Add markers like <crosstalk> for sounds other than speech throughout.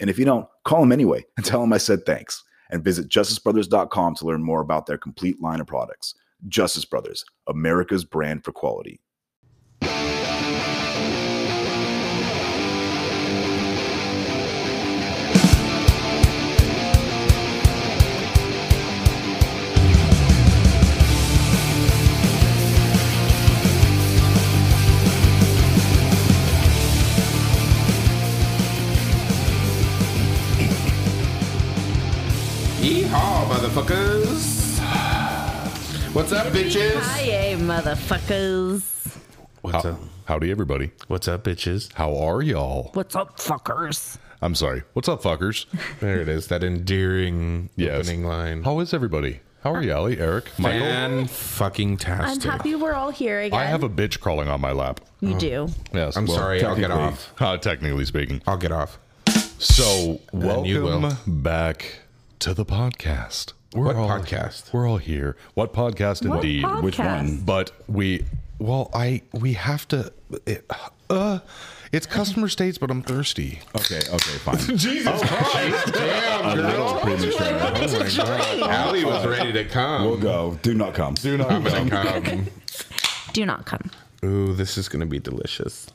And if you don't, call them anyway and tell them I said thanks. And visit justicebrothers.com to learn more about their complete line of products. Justice Brothers, America's brand for quality. Yeehaw, motherfuckers! What's up, bitches? Oh. Hiya, motherfuckers. What's How- Howdy, everybody. What's up, bitches? How are y'all? What's up, fuckers? I'm sorry. What's up, fuckers? There it is. That endearing Yes. opening line. How is everybody? How are you, Allie, Eric, Michael? Man, fucking I'm tastic. happy we're all here again. I have a bitch crawling on my lap. You do. Yes. I'm sorry. I'll get technically- off. <laughs> Uh, technically speaking. I'll get off. So, you will. welcome back to the podcast. We're What podcast? We're all here. What podcast, What indeed? podcast? Which one? But we, well, I, we have to. It, uh, it's customer states, but I'm thirsty. Oh. Okay, okay, <laughs> fine. Jesus Christ! Damn, girl. Oh my God. Allie was ready to come. We'll go. Do not come. Do not I'm gonna come. Do not come. Ooh, this is gonna be delicious.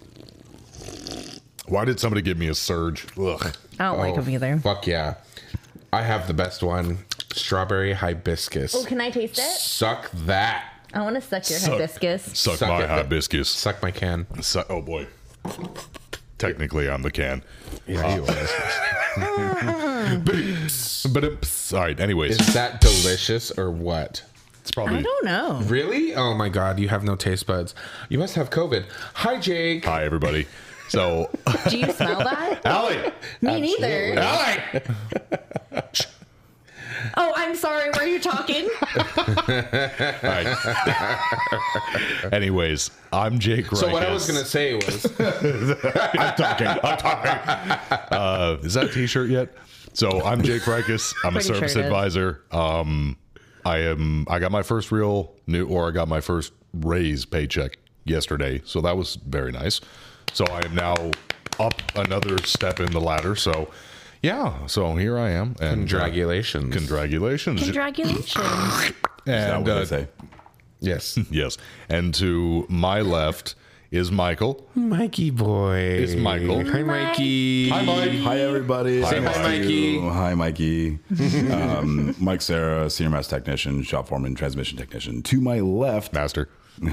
Why did somebody give me a surge? Ugh. I don't like Oh, him either. Fuck yeah! I have the best one: strawberry hibiscus. oh, can I taste it? Suck that. I want to suck your Suck. hibiscus. Suck, Suck my it, but- hibiscus. Suck my can. So, oh boy. Technically, I'm the can. Yeah, you are. But it, all right. Anyways, Is that delicious or what? it's I probably. don't know. Really? Oh my God, you have no taste buds. You must have COVID. Hi, Jake. Hi, everybody. <laughs> So, Do you smell <laughs> that? Allie, Me neither. Allie, Oh, I'm sorry. Were you talking? All right. Anyways, I'm Jake. So, what I was going to to say was, I'm talking. I'm talking. Uh, is that a t-shirt yet? So I'm Jake Rikus. I'm a Pretty sure service it is. advisor. Um, I am. I got my first real new, or I got my first raise paycheck yesterday. So that was very nice. So I am now up another step in the ladder. So yeah. So here I am. And uh, congratulations. Congratulations. Congratulations. and uh, say. yes. yes. And to my left is Michael. Mikey boy. Is Michael. Hi, Mikey. Hi, Mike. Hi, everybody. Say hi, How are Mikey. you? Hi, Mikey. um, Mike Sarah, senior mass technician, shop foreman, transmission technician. To my left, Master. to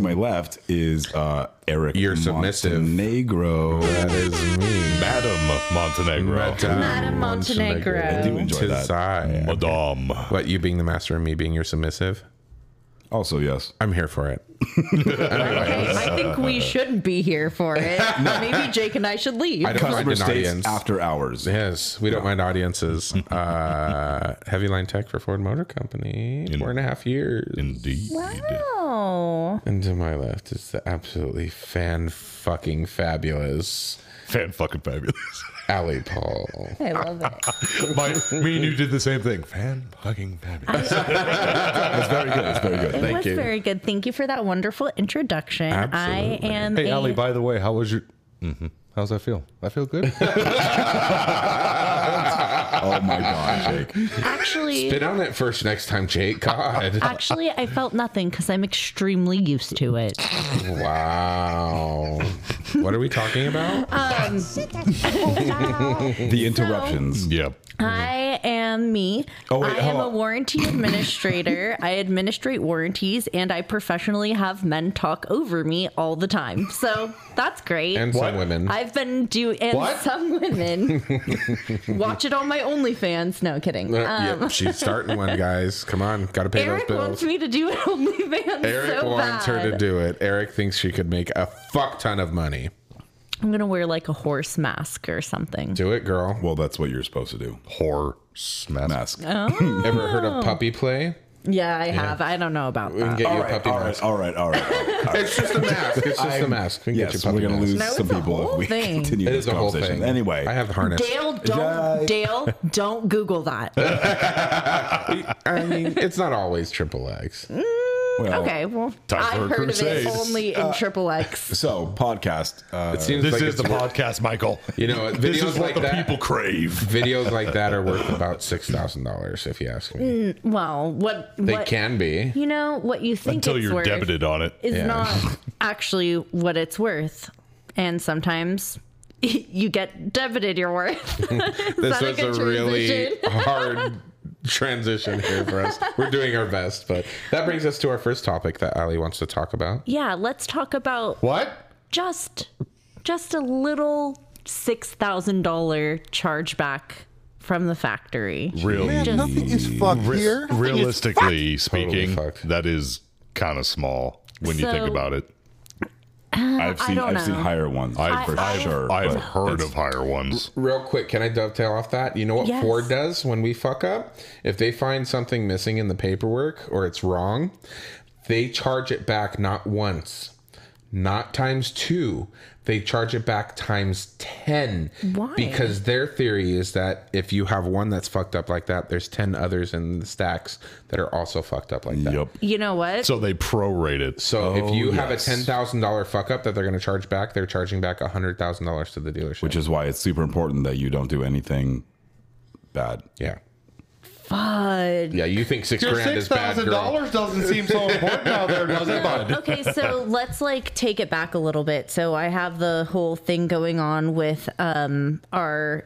my left is uh, Eric. You're submissive. Montenegro. That is me. Madam Montenegro. Madame Montenegro. I do enjoy Tis that. I. Madame. What, you being the master and me being your submissive? Also, yes. I'm here for it. Okay, I think we shouldn't be here for it. Maybe Jake and I should leave. I don't mind Customer an states audience. after hours. Yes, we don't mind audiences. Uh, heavy line tech for Ford Motor Company. Four and a half years. Indeed. Oh, And to my left is the absolutely fan fucking fabulous Fan fucking fabulous. <laughs> Allie Paul. I love it. my, me and you did the same thing. Fan fucking fabulous. <laughs> It's very good. It's very good. It Thank was you. very good. Thank you for that wonderful introduction. Absolutely. I am. Hey, a- Ali, by the way, how was your. Mhm. How's that feel? I feel good. Oh <laughs> my god, Jake! actually, Spit on it first next time, Jake. <laughs> God. <laughs> actually, I felt nothing because I'm extremely used to it. Wow. What are we talking about? Uh, The interruptions. yeah. I am me. Oh, wait, I am hold a on. <laughs> warranty administrator. I administrate warranties and I professionally have men talk over me all the time. So that's great. and What? some women. Uh, I've been doing and What? some <laughs> women watch it on my OnlyFans. No kidding. Uh, Uh, yep, <laughs> she's starting one, guys. Come on, gotta pay Eric those wants bills. me to do an OnlyFans. Eric so wants bad. her to do it. Eric thinks she could make a fuck ton of money. I'm gonna wear like a horse mask or something. Do it, girl. Well, that's what you're supposed to do. Horror smash. Mask. Ever heard of puppy play? Yeah, I have. I don't know about We can that. get All you a right, puppy all mask. right, all <laughs> right, all right. It's just a mask. It's <laughs> just a mask. We can yes, get you we're a puppy gonna mask. lose No, it's some a people if whole we thing. continue It this is a whole thing. conversation. Anyway, I have the harness. Dale, don't Yeah. Dale, don't Google that. <laughs> Oh, I mean, it's not always triple X. well, Okay, well, Time for I've a heard of it crusade. only in <laughs> triple X. So podcast. Uh, It seems This like is it's the worth- podcast, Michael. You know, videos this is what like the that. people crave. Videos like that are worth about six thousand dollars, if you ask me. Well, what They Mm, what, can <laughs> be. you know what you think Until it's you're worth debited on it. is Yeah. <laughs> not actually what it's worth, and sometimes <laughs> you get debited your worth. This that a was a, good really transition? <laughs> hard transition here for us. We're doing our best, but that brings us to our first topic that Ali wants to talk about. yeah, let's talk about What? just just a little six thousand dollar chargeback from the factory. Real, Nothing is fucked here. realistically speaking, Totally fucked. that is kind of small when you think So- about it. I've seen don't I've seen know. higher ones I've- for I've, sure. I've but heard of higher ones. Real quick, can I dovetail off that? You know what Yes. Ford does when we fuck up? If they find something missing in the paperwork or it's wrong, they charge it back not once, not times two. They charge it back times 10. Why? Because their theory is that if you have one that's fucked up like that, there's 10 others in the stacks that are also fucked up like that. Yep. You know what? So they prorate it. So So Oh, if you have a ten thousand dollar fuck up that they're going to charge back, they're charging back hundred thousand dollars to the dealership. Which is why it's super important that you don't do anything bad. yeah, Fudge. yeah. You think six grand is bad, girl? doesn't seem <laughs> so important out there, does it, bud? <laughs> okay, so let's like take it back a little bit. So I have the whole thing going on with um our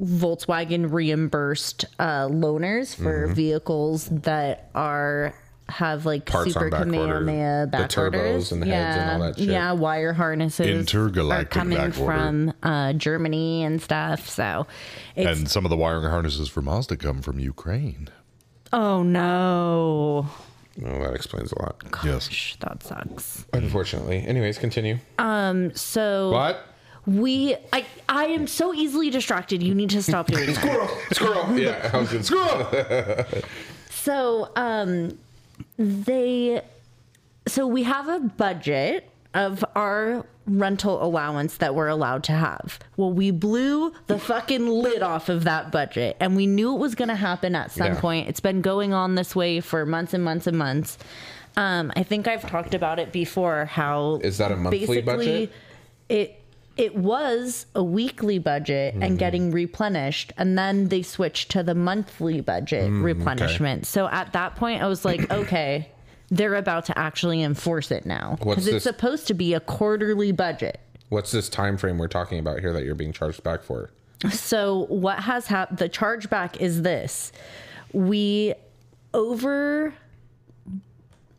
Volkswagen reimbursed uh loaners for Mm-hmm. vehicles that are have like Parts on super back order. Kamehameha The back turbos orders. and the heads and all that shit. Yeah, wire harnesses Intergalactic are coming back order. from uh Germany and stuff. So it's And some of the wiring harnesses for Mazda come from Ukraine. oh no. Well, that explains a lot. Yes. Shh, That sucks. Unfortunately. Anyways, continue. So What? we I I am so easily distracted. You need <laughs> to stop doing that. Squirrel. Yeah. I was gonna- So, um, they, so we have a budget of our rental allowance that we're allowed to have. Well, we blew the fucking lid off of that budget and we knew it was going to happen at some Yeah. point. It's been going on this way for months and months and months. Um, I think I've talked about it before how Is that a monthly budget? It it was a weekly budget Mm-hmm. and getting replenished, and then they switched to the monthly budget Mm, replenishment. So at that point, I <clears throat> was like, okay, they're about to actually enforce it now What's because it's this- supposed to be a quarterly budget. <laughs> What's this time frame we're talking about here that you're being charged back for? So what has happened? The chargeback is this: we over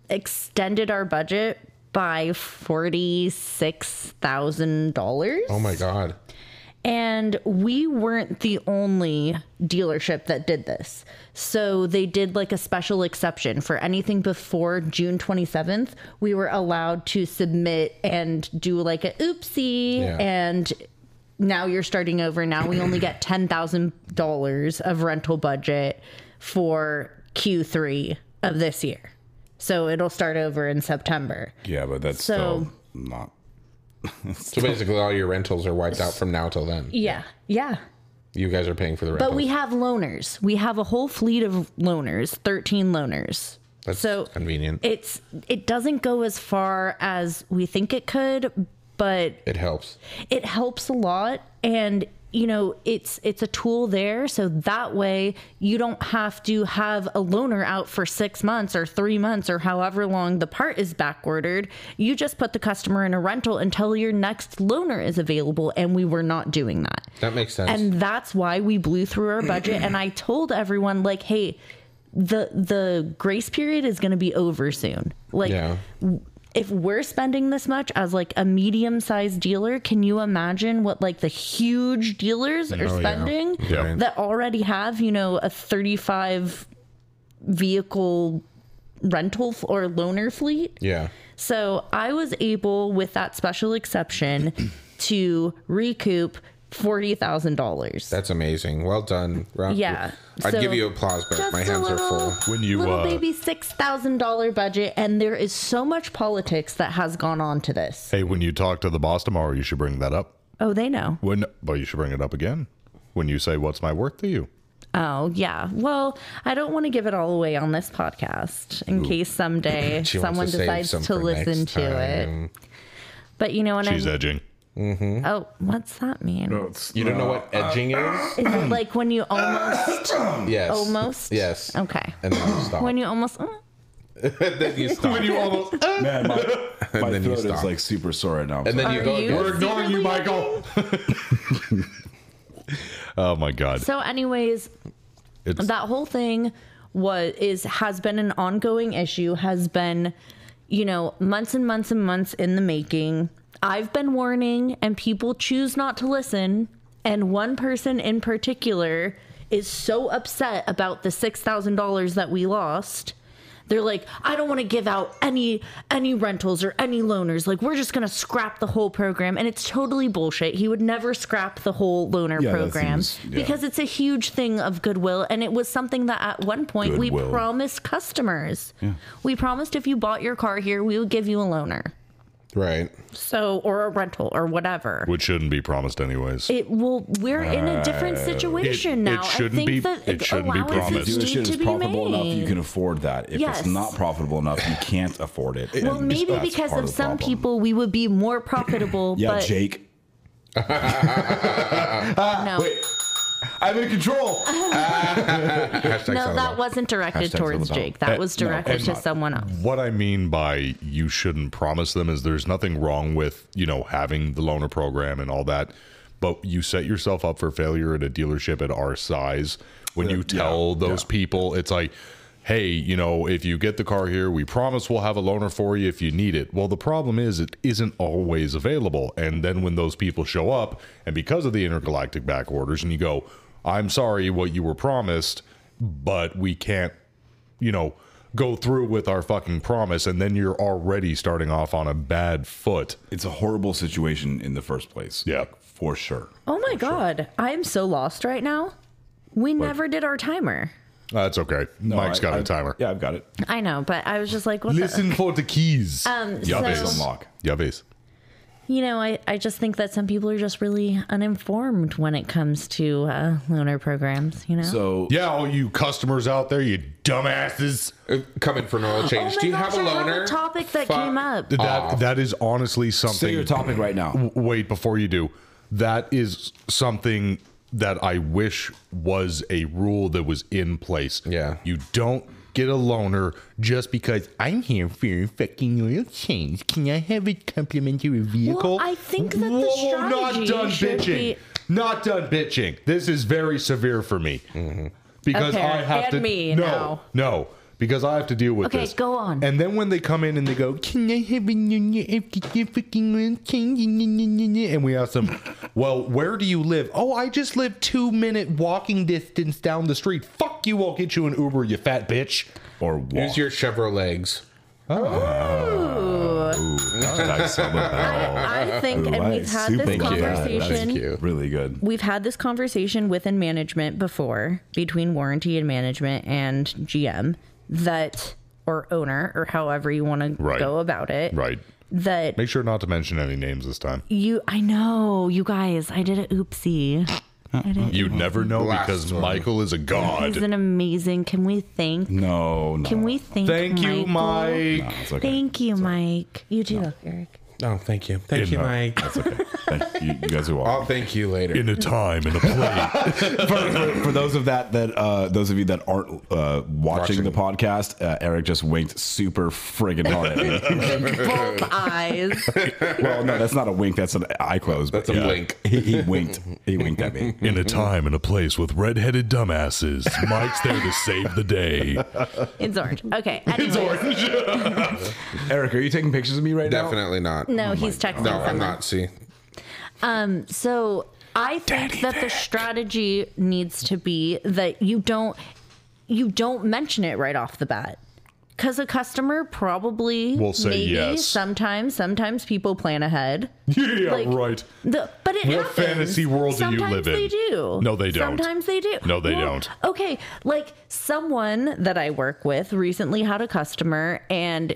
extended our budget by forty six thousand dollars. Oh my god. And we weren't the only dealership that did this. So they did like a special exception for anything before June 27th. We were allowed to submit and do like a oopsie Yeah. and now you're starting over. Now we only get $10,000 of rental budget for Q3 of this year. So it'll start over in September. Yeah, but that's So- still not. So basically, all your rentals are wiped out from now till then. Yeah. Yeah. You guys are paying for the rentals. But we have loaners. We have a whole fleet of loaners, 13 loaners. That's So convenient. It, it's it doesn't go as far as we think it could, but helps. it helps a lot and you know it's it's a tool there so that way you don't have to have a loaner out for six months or three months or however long the part is back ordered you just put the customer in a rental until your next loaner is available and we were not doing that That makes sense. and that's why we blew through our budget and i told everyone like hey the the grace period is going to be over soon like yeah. if we're spending this much as like a medium sized dealer, can you imagine what like the huge dealers are Oh, yeah. spending Yeah. that already have, you know, a 35 vehicle rental f- or loaner fleet? Yeah. So I was able, with that special exception, to recoup $40,000. That's amazing. Well done. Rob. Yeah, I'd so- give you applause, but Just my a hands are little- full. When you, little uh, baby six thousand dollar budget, and there is so much politics that has gone on to this. Hey, when you talk to the boss tomorrow, you should bring that up. Oh, they know. When, but you should bring it up again. When you say, "What's my worth to you?" Oh, yeah. Well, I don't want to give it all away on this podcast in case someday <clears throat> She someone wants to save decides some to for listen next to it. time. But you know, and She's I edging. oh, what's that mean? You don't know what edging <coughs> is? Is it like when you <coughs> almost, Yes. almost? Yes. Okay. And then you stop. When you almost, mm, then you <laughs> stop. Man, my, my then you throat stop. is like super sore right now. I'm and then sorry. you go Are again. you- ignoring you, Michael. <laughs> oh my god. so, anyways, It's that whole thing was is has been an ongoing issue has been you know months and months and months in the making i've been warning and people choose not to listen and one person in particular is so upset about the $6000 that we lost they're like i don't want to give out any any rentals or any loaners like we're just going to scrap the whole program and it's totally bullshit he would never scrap the whole loaner Yeah, that program seems- yeah. because it's a huge thing of goodwill and it was something that at one point we Goodwill. promised customers we promised if you bought your car here we would give you a loaner Right. so or a rental or whatever which shouldn't be promised anyways. it will we're in a different situation Uh, it now shouldn't i think be- that it shouldn't be allowances promised. If need the shit to is be profitable enough, made. you can afford that. If Yes. it's not profitable enough, you can't afford it. well And maybe that's because part of the some problem. people we would be more profitable Yeah, but Jake. no I'm in control. Hashtag no Salazar. that wasn't directed Hashtag towards Salazar. jake that Eh, was no, directed it's to not. someone else what I mean by you shouldn't promise them is there's nothing wrong with, you know, having the loaner program and all that, but you set yourself up for failure at a dealership at our size when you tell those people it's like Hey, you know, if you get the car here, we promise we'll have a loaner for you if you need it. Well, the problem is it isn't always available. And then when those people show up, and because of the intergalactic back orders, and you go, I'm sorry what you were promised, but we can't you know, go through with our fucking promise, and then you're already starting off on a bad foot. It's a horrible situation in the first place. Yeah. For sure. Oh my god, I am so lost right now. We never did our timer. That's okay. Mike's I- got a I- timer. Yeah, I've got it. I know, but I was just like, what Listen for the keys. Um, the? It's So, unlock. yeah, base. you know, I, I just think that some people are just really uninformed when it comes to uh, loaner programs, you know? So Yeah, all you customers out there, you dumbasses. Ah. Uh, Coming for an oil <gasps> oh change. my Do you gosh, have a I have loaner? a topic that Fuck. came up. That that is honestly say something. your topic right now. w- wait, before you do, that is something that I wish was a rule that was in place. Yeah. you don't get a loaner just because I'm here for your fucking oil change. Can I have a complimentary vehicle? I think that the strategy not done should bitching. be- Not done bitching. This is very severe for me because Okay, I have and to me no now. no because I have to deal with Okay, this. go on. And then when they come in and they go, "Can I have a new- new- new- fucking oil change?" and we ask them, "Well, where do you live?" "Oh, I just live two minute walking distance down the street." Fuck you! I'll get you an Uber, you fat bitch. Or walk. Use your Chevrolets. That's some of that. I think, and we've Right, had super this good. conversation. Thank you. Really good. We've had this conversation within management before, between warranty and management and GM, that, or owner, or however you want to Right. go about it. Right. That Make sure not to mention any names this time. You, I know, you guys. I did a oopsie. You never know because Michael is a He's god. an amazing. Can we thank? No, no. Can we thank? Thank you, Michael? Mike. <laughs> It's okay. Thank you, Mike. You too, Eric. Oh, thank you. Thank you, In- Mike. That's okay. Thank you, you guys are welcome. I'll thank you later. In a time and a place. <laughs> for, for- for those of that that uh, those of you that aren't uh, watching, the podcast, uh, Eric just winked super friggin' hard <laughs> at me. Both eyes. well, no, that's not a wink. That's an eye close. That's a blink. He, he winked. He winked at <laughs> me. In a time and a place with redheaded dumbasses. Mike's there to save the <laughs> day. It's orange. Okay. Anyway, Eric, are you taking pictures of me right Definitely not. no, he's texting. No, I'm someone. not. See, So I think that the strategy needs to be that you don't you don't mention it right off the bat. Cause a customer probably Will say maybe, yes. Sometimes, sometimes people plan ahead. Yeah, Like- right. The, but it What happens. fantasy world do you Sometimes live in? They do. No, they don't. Sometimes they do. No, they don't. Okay, like someone that I work with recently had a customer, and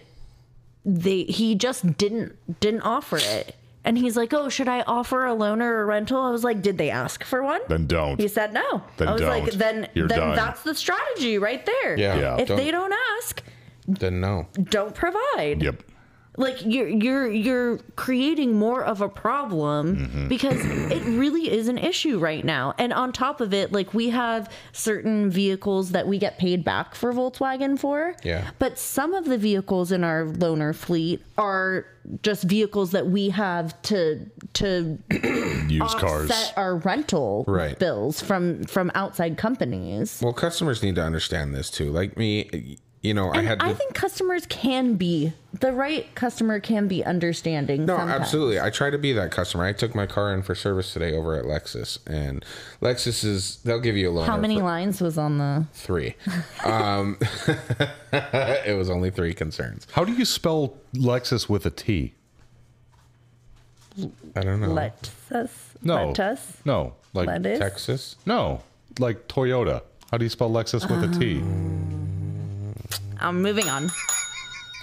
they he just didn't didn't offer it, and he's like, "Oh, should I offer a loan or a rental?" I was like, "Did they ask for one?" Then don't. he said no. Then I was like, don't. "Then You're then done." that's the strategy right there. Yeah. Yeah. If they Don't- don't ask, then no. don't provide." Yep. like you're you're you're creating more of a problem Mm-hmm. because it really is an issue right now and on top of it like we have certain vehicles that we get paid back for Volkswagen for Yeah. but some of the vehicles in our loaner fleet are just vehicles that we have to to Used cars. offset our rental Right. bills from from outside companies Well, customers need to understand this too. Like me, you know, I had. I to- think customers can be the right customer can be understanding No, sometimes. absolutely. I try to be that customer. I took my car in for service today over at Lexus, and Lexus is they'll give you a loan. How for many lines was on the? <laughs> Three. um, <laughs> it was only three concerns. How do you spell Lexus with a T? I don't know. Let us. No. Let us. No. Like Let us. Texas. No. Like Toyota. How do you spell Lexus with a T? Uh-huh. I'm moving on.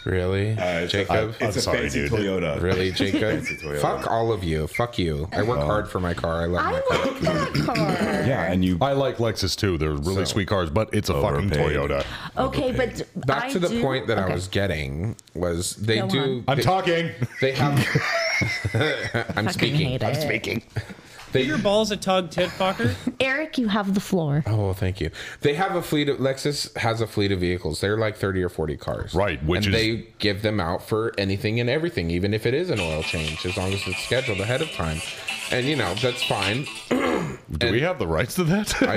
Really, Jacob. Uh, It's I'm a sorry, fancy dude. Toyota. Really, Jacob? Toyota. Fuck all of you. Fuck you. I work hard for my car. I love I my like that car. Yeah, and you. I like Lexus too. They're really So- sweet cars, but it's a fucking Overpaid. Toyota. Okay, but Back I to the do- point that okay. I was getting was they Go do. I'm they, talking. They have. I'm Fucking speaking. hate I'm it. speaking. They, Your balls a tug, tit fucker. <laughs> Eric, you have the floor. Oh, thank you. They have a fleet of Lexus has a fleet of vehicles. They're like 30 or 40 cars. Right, which and is- they give them out for anything and everything, even if it is an oil change, as long as it's scheduled ahead of time. And you know, that's fine. <laughs> Do we have the rights to <laughs> that? I,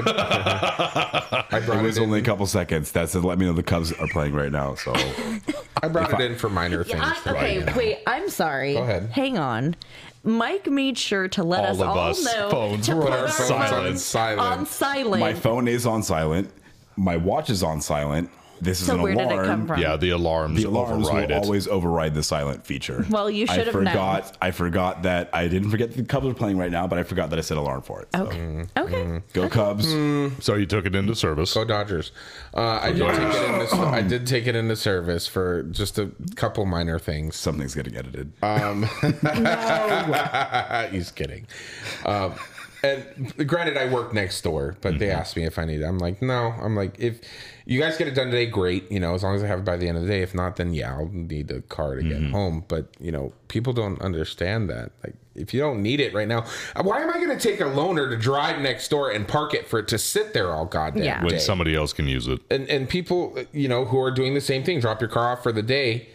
I It brought it, was in, only a couple seconds. That's to let me know the Cubs are playing right now. So I brought it in for minor things. I, right okay, now. wait. I'm sorry. Go ahead. Hang on. Mike made sure to let All us of all us. know Phones to were put on our silent. phones Silent. on silent. my phone is on silent. My watch is on silent. This is so an where alarm. did it come from? yeah, the alarms, The alarms override will it. always override the silent feature. Well, you should I have known. forgot. I forgot that I didn't forget the Cubs are playing right now, but I forgot that I set alarm for it. So, Okay. Okay. Go Cubs! so you took it into service. Go Dodgers. Uh, I, did take it into, I did take it into service for just a couple minor <laughs> things. Something's getting edited. He's kidding. Um, and granted, I work next door, but they asked me if I need it. I'm like, no. I'm like, if you guys get it done today, great. You know, as long as I have it by the end of the day. If not, then yeah, I'll need a car to get home. But you know, people don't understand that. Like, if you don't need it right now, why am I going to take a loaner to drive next door and park it for it to sit there all goddamn Yeah. day? when somebody else can use it. and and people you know who are doing the same thing drop your car off for the day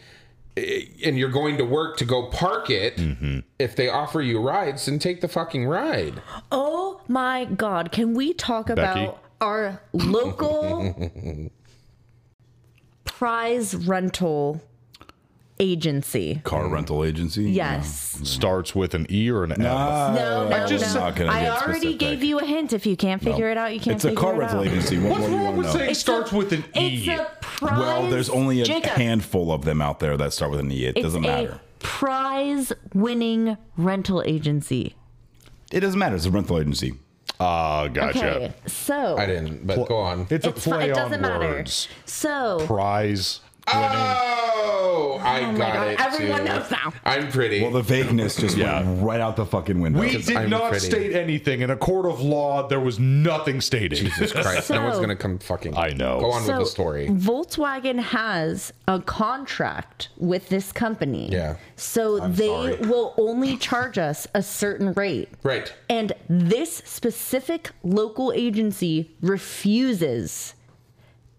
eh, and you're going to work to go park it Mm-hmm. if they offer you rides then take the fucking ride Oh my God! Can we talk about our <laughs> local prize rental agency? Mm. Car rental agency. Yes. Starts with an E or an F. No, no, Oh. just- no. Not gonna I get already specific. gave you a hint. If you can't figure it out, you can't It's a figure car it rental out. agency. What more do you want to know? saying starts with an E. It's a prize. E. Well, there's only a Jacob, handful of them out there that start with an E. It it's doesn't matter. A prize winning rental agency. It doesn't matter. It's a rental agency. Ah, gotcha. Okay. So i didn't but go on It's It's, a fi- play it on doesn't matter. words. so Prize Oh, I got God, it. everyone too. knows now. I'm pretty. Well, the vagueness just went right out the fucking window. We did I'm not pretty. state anything. In a court of law, there was nothing stated. Jesus Christ, no one's So- gonna come fucking. I know. Go on with the story. Volkswagen has a contract with this company. Yeah. So they sorry. will only charge us a certain rate. Right. And this specific local agency refuses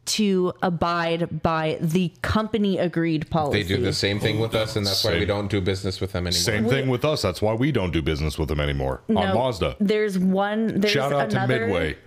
to abide by the company agreed policy. They do the same thing with us, and that's why we Same. don't do business with them anymore. <laughs> Same thing with us. That's why we don't do business with them anymore. No, on Mazda. There's one. There's Shout out another, to Midway.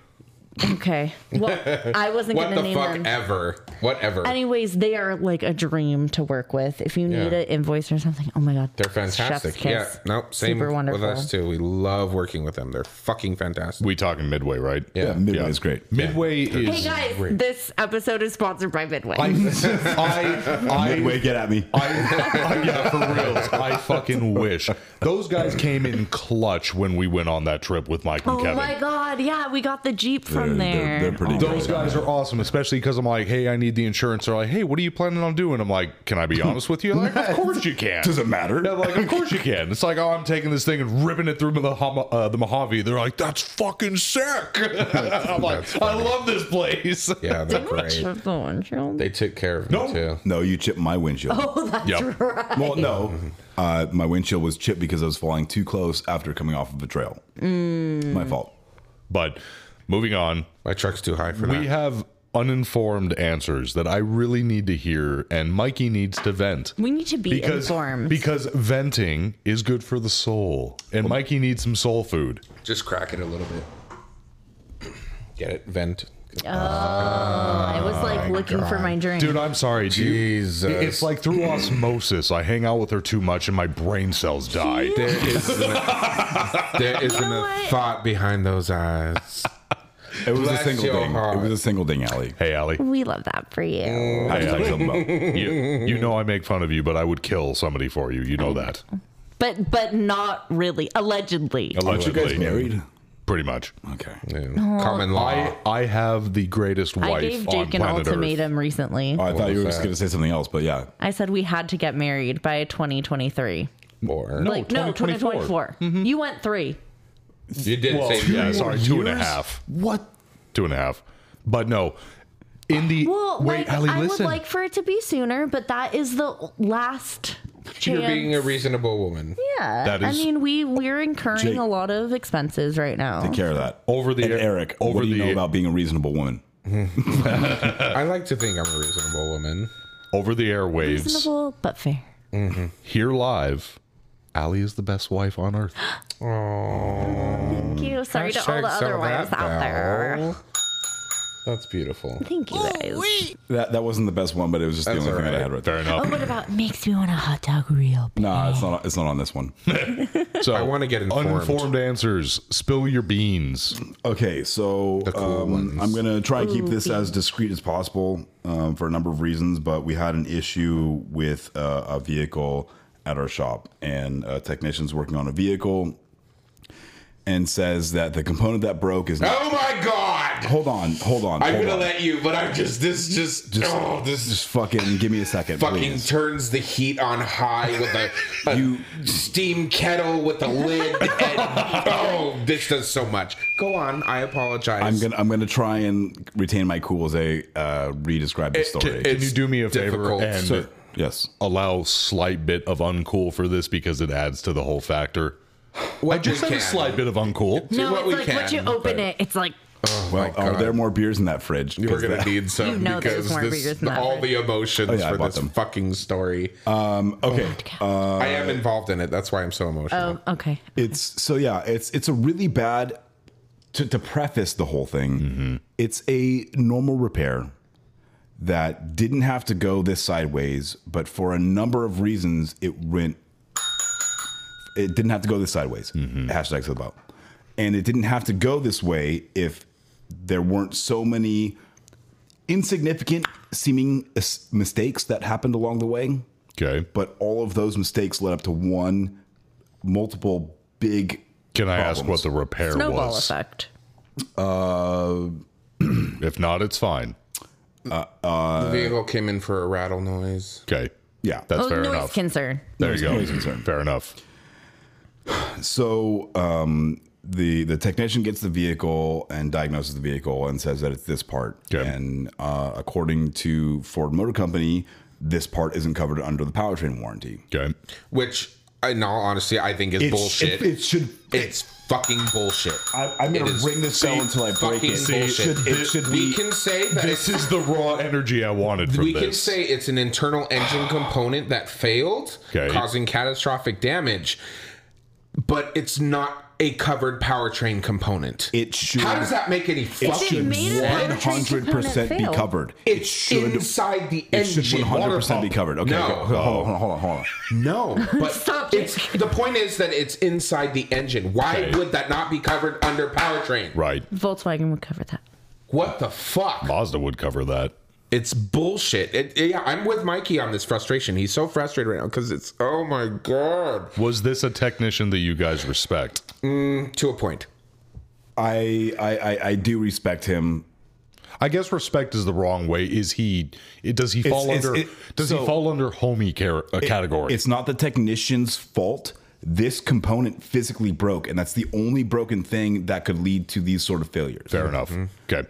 Okay. Well, I <laughs> wasn't What going to the name fuck them. ever? Whatever. Anyways, they are like a dream to work with. If you need Yeah. an invoice or something, oh my god, They're fantastic. Chef's Yeah. kiss. Nope. Same Super with wonderful. us too. We love working with them. They're fucking fantastic. We talking Midway, right? yeah, Midway is great. Midway Hey is. guys, Great. this episode is sponsored by Midway. I, <laughs> I, Midway, get at me. I, I- yeah, for reals. I fucking wish those guys came in clutch when we went on that trip with Mike and oh Kevin. my god, yeah, we got the Jeep They're, from they're- there. they're pretty Those guys are awesome, especially because I'm like, hey, I need the insurance. They're like, hey, what are you planning on doing? I'm like, can I <laughs> be honest with you? They're like, of course you can. Does it matter? They're like, of course you can. It's like, oh, I'm taking this thing and ripping it through the, Hama- uh, the Mojave. They're like, that's fucking sick. <laughs> I'm like, I love this <laughs> place. yeah, they're great. Of the windshield. They took care of No. me too. No, you chipped my windshield. Yep. Well, no. Uh, my windshield was chipped because I was flying too close after coming off of a trail. My fault. But moving on, My truck's too high for we that. have uninformed answers that I really need to hear, and Mikey needs to vent. we need to be because, informed. because venting is good for the soul, and Mikey needs some soul food. Just crack it a little bit. Get it? Vent. I was like looking for my drink. Dude, I'm sorry. Do you- Jesus. It's like through osmosis, I hang out with her too much and my brain cells die. There <laughs> isn't a, there isn't know a what? thought behind those eyes. It was Bless a single your ding. heart. It was a single ding, Allie. Hey, Allie. we love that for you. Hashtag something <laughs> about- You, you know I make fun of you, but I would kill somebody for you. You know that. But but not really. Allegedly. Allegedly. Married? Pretty much. Okay. Common law. I, I have the greatest wife I gave on Jake an planet Earth. ultimatum recently. Oh, I thought you were was just that? going to say something else, but yeah. I said we had to get married by 2023. Or like no, 2024. You went three. you did Well, say yeah, yes. sorry, two and a Years? half. What? Two and a half. But no. In the Well, wait, like, Allie, I listen. would like for it to be sooner, but that is the last chance. You're being a reasonable woman. yeah. That I is- mean, we we're incurring Jake. a lot of expenses right now. Take care of that. Over the and air- Eric, over what do you the know air- about being a reasonable woman? I like to think I'm a reasonable woman. over the airwaves, Reasonable but fair. here live, Allie is the best wife on <gasps> earth. Thank you. Sorry to all Hashtag the sell other that wives out there. bell. That's beautiful. Thank you guys. That that wasn't the best one, but it was just That's the only all thing that I right. had right there. Fair enough. What about makes me want a hot dog real? bad? Nah, it's not. It's not on this one. So I wanna get informed. Uninformed answers. Spill your beans. Okay, so cool um, ones. I'm gonna try and keep this as discreet as possible um, for a number of reasons. But we had an issue with uh, a vehicle at our shop, and a technician's working on a vehicle, and says that the component that broke is. Not- Oh my god! hold on, hold on, I'm hold gonna on. let you, but I'm just this just, oh this Just fucking give me a second, fucking please. turns the heat on high with a, a <laughs> You- steam kettle with a <laughs> lid. And, oh, this does so much. Go on. I apologize. I'm gonna I'm gonna try and retain my cool as I uh, re-describe the story. Can you do me a difficult, favor and sir. yes. allow slight bit of uncool for this because it adds to the whole factor? I just we said a can. slight bit of uncool. do No, what it's we like can, once you open but- it, it's like Well, are Oh God. there more beers in that fridge? 'Cause We're gonna that- need some You know there's because more this, readers than that, all right? the emotions Oh, yeah, I for bought this them. Um, fucking story. okay. uh, I am involved in it. That's why I'm so emotional. oh, okay. It's so yeah. It's it's a really bad. To, to preface the whole thing, it's a normal repair that didn't have to go this sideways, but for a number of reasons, it went. It didn't have to go this sideways. Hashtag so about, and it didn't have to go this way if there weren't so many insignificant seeming uh, s- mistakes that happened along the way Okay. but all of those mistakes led up to one multiple big Can I ask what Problems. the repair Snowball was? effect. uh If not, it's fine. Oh. the vehicle came in for a rattle noise. Okay. Yeah. That's oh, fair noise enough. concern. there you noise go. concern. Fair enough. So um, the the technician gets the vehicle and diagnoses the vehicle and says that it's this part. Okay. And uh, according to Ford Motor Company, this part isn't covered under the powertrain warranty. Okay. Which, in all honesty, I think is bullshit. It, it should. it's fucking bullshit. I, I'm It gonna is ring this bell until I break fucking it. it bullshit. should, it should we be. can say that This it's- is the raw energy I wanted from we this. can say it's an internal engine component that failed, Okay. causing catastrophic damage, but it's not a covered powertrain component. it should. How does that make any should fucking made it a one sense? powertrain hundred percent be component fail. covered. It's inside the It should engine. one hundred percent be pump. covered. Okay. No. okay. Hold on. Hold on. Hold on. Hold on. <laughs> No, but Stop it. it's the point is that it's inside the engine. Why Okay. would that not be covered under powertrain? right. Volkswagen would cover that. What the fuck? Mazda would cover that. It's bullshit. It, yeah, I'm with Mikey on this frustration. He's so frustrated right now because it's oh my god. Was this a technician that you guys respect? To a point. I, I I I do respect him. I guess respect is the wrong way. Is he? It, does he fall it's- under? it- does so- he fall under homie care, uh, category? It's not the technician's fault. This component physically broke, and that's the only broken thing that could lead to these sort of failures. Fair enough. Mm-hmm. Okay.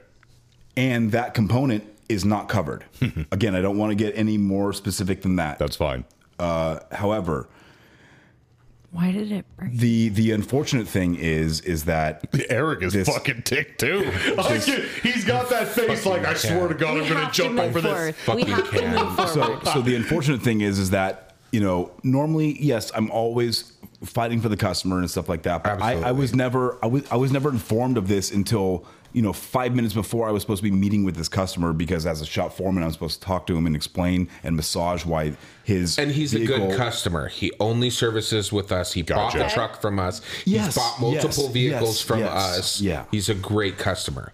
And that component is <laughs> not covered. Again, I don't want to get any more specific than that. That's fine. Uh, however, Why did it break? the the unfortunate thing is is that Eric is This- fucking tick <laughs> too. I get- he's got that face like I swear to God I'm going to jump over forward. this. We fucking have can. to move forward. so so the unfortunate thing is is that you know normally yes i'm always fighting for the customer and stuff like that but I, I was never i was i was never informed of this until you know five minutes before i was supposed to be meeting with this customer because as a shop foreman i'm supposed to talk to him and explain and massage why his And he's a vehicle- good customer. He only services with us. He bought the Gotcha. truck from us. Yes, he's bought multiple yes, vehicles yes, from yes, us. yeah. He's a great customer.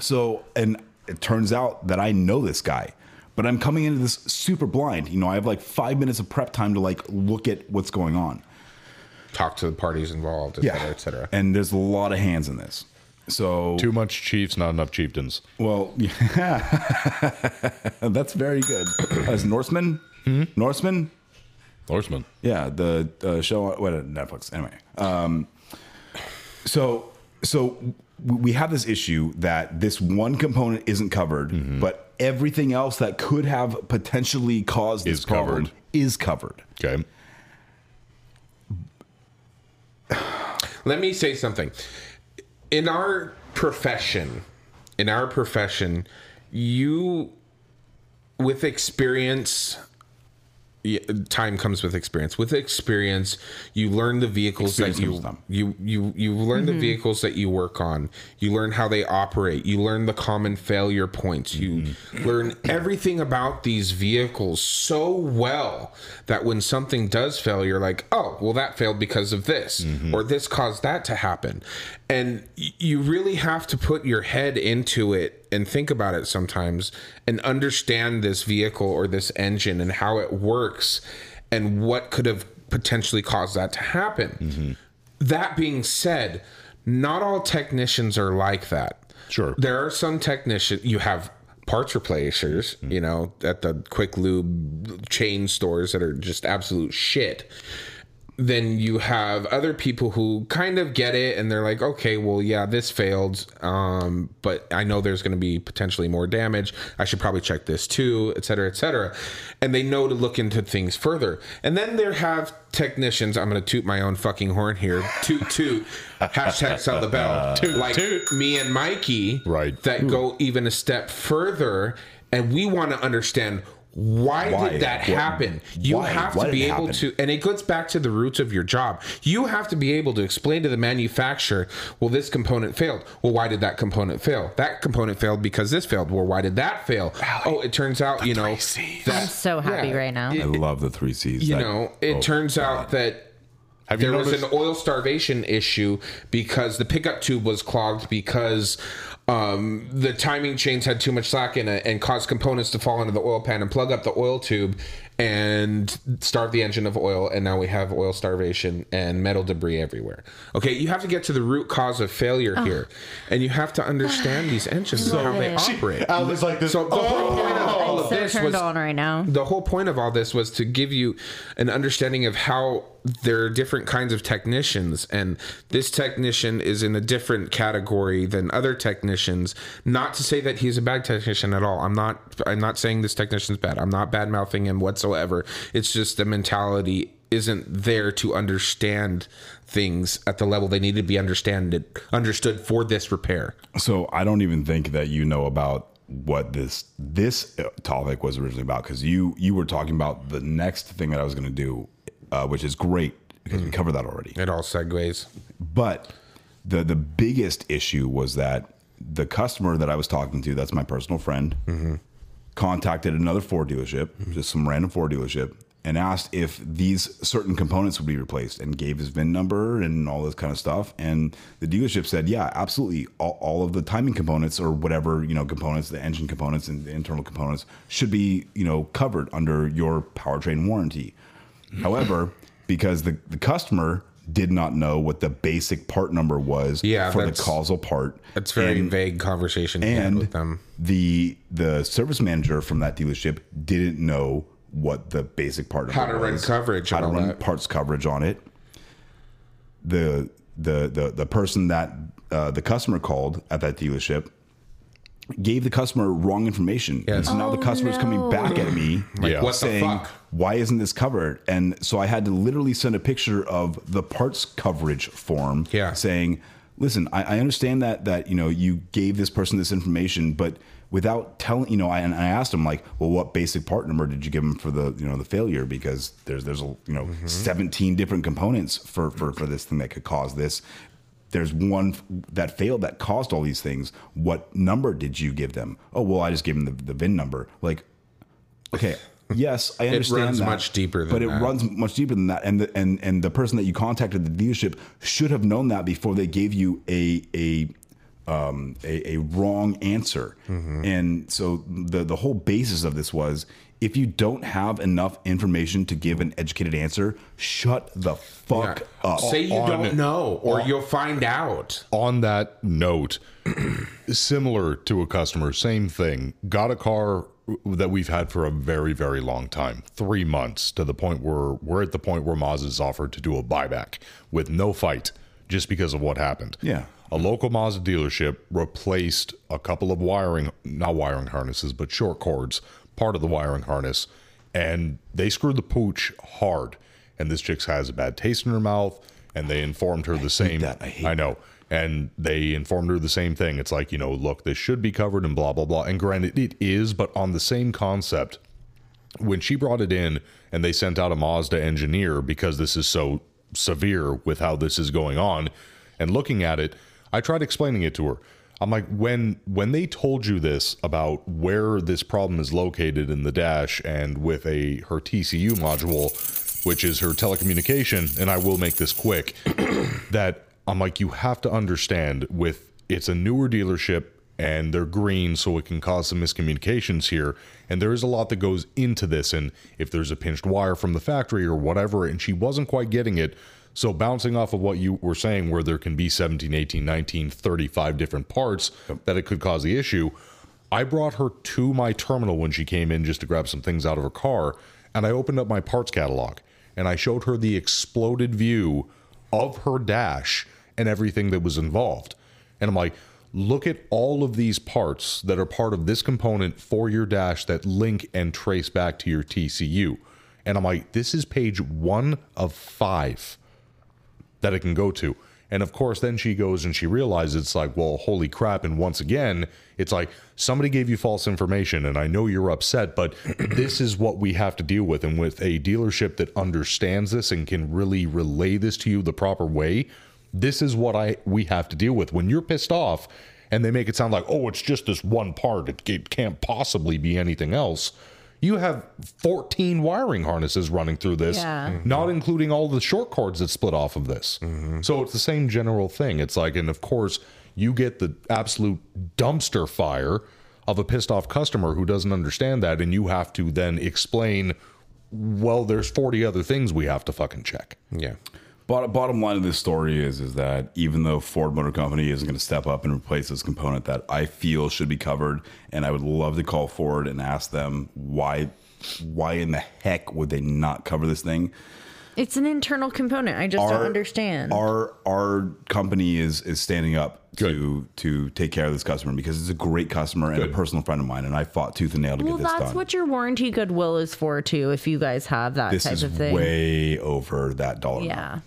So, and it turns out that I know this guy, but I'm coming into this super blind. You know, I have like five minutes of prep time to like look at what's going on. Talk to the parties involved, et cetera, et cetera. And there's a lot of hands in this. So, Too much chiefs, not enough chieftains. well, <laughs> that's very good. As Norseman, Norseman, Horseman. yeah, the uh, show on what, uh, Netflix. Anyway, um, so so w- we have this issue that this one component isn't covered, but everything else that could have potentially caused this Is problem covered. is covered. Okay. Let me say something. In our profession, in our profession, you with experience y- time comes with experience. With experience, you learn the vehicles that Experience you comes with you you you learn the vehicles that you work on. You learn how they operate. You learn the common failure points. You Mm-hmm. learn everything about these vehicles so well that when something does fail, you're like, oh, well, that failed because of this, Mm-hmm. or this caused that to happen. And y- you really have to put your head into it and think about it sometimes and understand this vehicle or this engine and how it works and what could have potentially caused that to happen. That being said, not all technicians are like that. Sure. There are some technicians, you have parts replacers, you know, at the quick lube chain stores that are just absolute shit. Then you have other people who kind of get it and they're like, okay, well, yeah, this failed, um, but I know there's going to be potentially more damage. I should probably check this too, et cetera, et cetera. And they know to look into things further. And then there have technicians. I'm going to toot my own fucking horn here. Toot, toot. <laughs> Hashtag sell the Uh, bell. toot, like toot. me and Mikey Right. that go even a step further and we want to understand why, Why? did that What- happen you why? have Why to did be it able happen? to and it goes back to the roots of your job you have to be able to explain to the manufacturer well this component failed well why did that component fail that component failed because this failed well why did that fail oh it turns out you know that, I'm so happy yeah. right now. I love the three C's. you That- know it oh, turns out that Have you there was noticed? an oil starvation issue because the pickup tube was clogged because um, the timing chains had too much slack in it and caused components to fall into the oil pan and plug up the oil tube and starve the engine of oil, and now we have oil starvation and metal debris everywhere. Okay, you have to get to the root cause of failure here, and you have to understand these engines <sighs> and how they operate. I was like this. So the whole point of all of so this Oh. turned was on right now. the whole point of all this was to give you an understanding of how there are different kinds of technicians and this technician is in a different category than other technicians not to say that he's a bad technician at all i'm not i'm not saying this technician's bad i'm not bad mouthing him whatsoever it's just the mentality isn't there to understand things at the level they need to be understood understood for this repair So I don't even think that you know about what this this uh, topic was originally about because you you were talking about the next thing that I was going to do, uh, which is great because we covered that already. it all segues But the the biggest issue was that the customer that I was talking to, that's my personal friend, contacted another Ford dealership, just some random Ford dealership, and asked if these certain components would be replaced and gave his VIN number and all this kind of stuff. And the dealership said, yeah, absolutely. All, all of the timing components or whatever, you know, components, the engine components and the internal components should be, you know, covered under your powertrain warranty. However, because the, the customer did not know what the basic part number was Yeah, for the that's- causal part. that's very and- vague conversation he had and with them the the service manager from that dealership didn't know what the basic part How number to run was, coverage how and to all run that. parts coverage on it. The the the the person that uh, the customer called at that dealership gave the customer wrong information, and so now the customer's coming back at <laughs> me yeah. what saying, the fuck "Why isn't this covered?" And so I had to literally send a picture of the parts coverage form, Yeah. saying, "Listen, I, I understand that that you know you gave this person this information, but without telling, you know." I, and I asked him like, "Well, what basic part number did you give him for the you know the failure? Because there's there's a you know Mm-hmm. 17 different components for for for this thing that could cause this." There's one f- that failed that caused all these things. What number did you give them? Oh, well, I just gave them the, the VIN number. Like, Okay. Yes, I understand. runs that, much deeper than but it that. runs much deeper than that. And the, and and the person that you contacted, the dealership, should have known that before they gave you a a um, a, a wrong answer. Mm-hmm. And so the the whole basis of this was if you don't have enough information to give an educated answer, shut the fuck Yeah. up. Say you on don't it. know, or you'll find out. on that note, similar to a customer, same thing. Got a car that we've had for a very, very long time, three months, to the point where we're at the point where Mazda's offered to do a buyback with no fight just because of what happened. Yeah. A local Mazda dealership replaced a couple of wiring, not wiring harnesses, but short cords, part of the wiring harness, and they screwed the pooch hard. And this chick has a bad taste in her mouth, and they informed her the same. that. I hate I know. And they informed her the same thing. It's like, you know, look, this should be covered and blah, blah, blah. And granted, it is, but on the same concept, when she brought it in and they sent out a Mazda engineer because this is so severe with how this is going on and looking at it, I tried explaining it to her. I'm like, when when they told you this about where this problem is located in the dash and with a her TCU module, which is her telecommunication, and I will make this quick, <clears throat> that I'm like, you have to understand with it's a newer dealership and they're green, so it can cause some miscommunications here. And there is a lot that goes into this. And if there's a pinched wire from the factory or whatever, and she wasn't quite getting it. So, bouncing off of what you were saying, where there can be 17, 18, 19, 35 different parts that it could cause the issue, I brought her to my terminal when she came in just to grab some things out of her car. And I opened up my parts catalog and I showed her the exploded view of her dash and everything that was involved. And I'm like, look at all of these parts that are part of this component for your dash that link and trace back to your TCU. And I'm like, this is page one of five that it can go to. And of course, then she goes and she realizes it's like, well, holy crap. And once again, it's like somebody gave you false information. And I know you're upset, but <clears throat> this is what we have to deal with. And with a dealership that understands this and can really relay this to you the proper way, this is what I we have to deal with. When you're pissed off and they make it sound like, oh, it's just this one part, it, it can't possibly be anything else. You have 14 wiring harnesses running through this Yeah. not including all the short cords that split off of this. So it's the same general thing. It's like, and of course, you get the absolute dumpster fire of a pissed off customer who doesn't understand that, and you have to then explain well, there's 40 other things we have to fucking check. Yeah. Bottom, bottom line of this story is is that even though Ford Motor Company isn't going to step up and replace this component that I feel should be covered, and I would love to call Ford and ask them why why in the heck would they not cover this thing? It's an internal component. I just Our- don't understand. Our our company is is standing up to to take care of this customer because it's a great customer and a personal friend of mine, and I fought tooth and nail to well, get this that's done. what your warranty goodwill is for too. If you guys have that this type is of thing, way over that dollar. amount.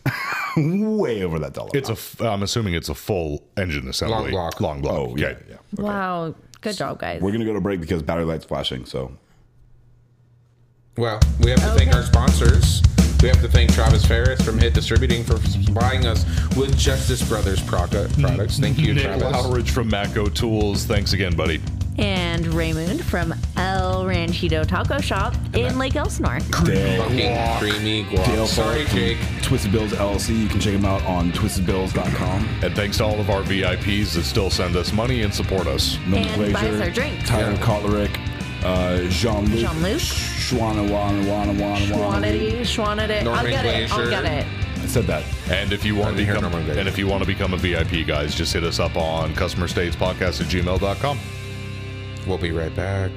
yeah. <laughs> way over that dollar. It's a, f- I'm assuming it's a full engine assembly. block. Long block. amount. oh yeah, Okay. yeah. Wow, good job, guys. We're gonna go to break because battery light's flashing. So Well, we have to thank our sponsors. We have to thank Travis Ferris from Hit Distributing for supplying us with Justice Brothers product, products. Thank <laughs> you, Nick Travis. Lowridge from Macco Tools. Thanks again, buddy. And Raymond from El Ranchito Taco Shop in Lake Elsinore. Dale, Fucking creamy guac. Dale Sorry, Clark from Jake. Twisted Bills LLC. You can check them out on twistedbills.com. And thanks to all of our VIPs that still send us money and support us. And buys our drinks. Tyler Kotlerick, uh, Jean Luc, Jean-Luc. Shwana Wana Wana Wana Wana. Schwannity, Schwannity. I'll Norman get it. I'll Glacier. get it. I said that. And if you want to didn't hear become, no more of that. and if you want to become a VIP, guys, just hit us up on customerstatespodcast at gmail.com. We'll be right back.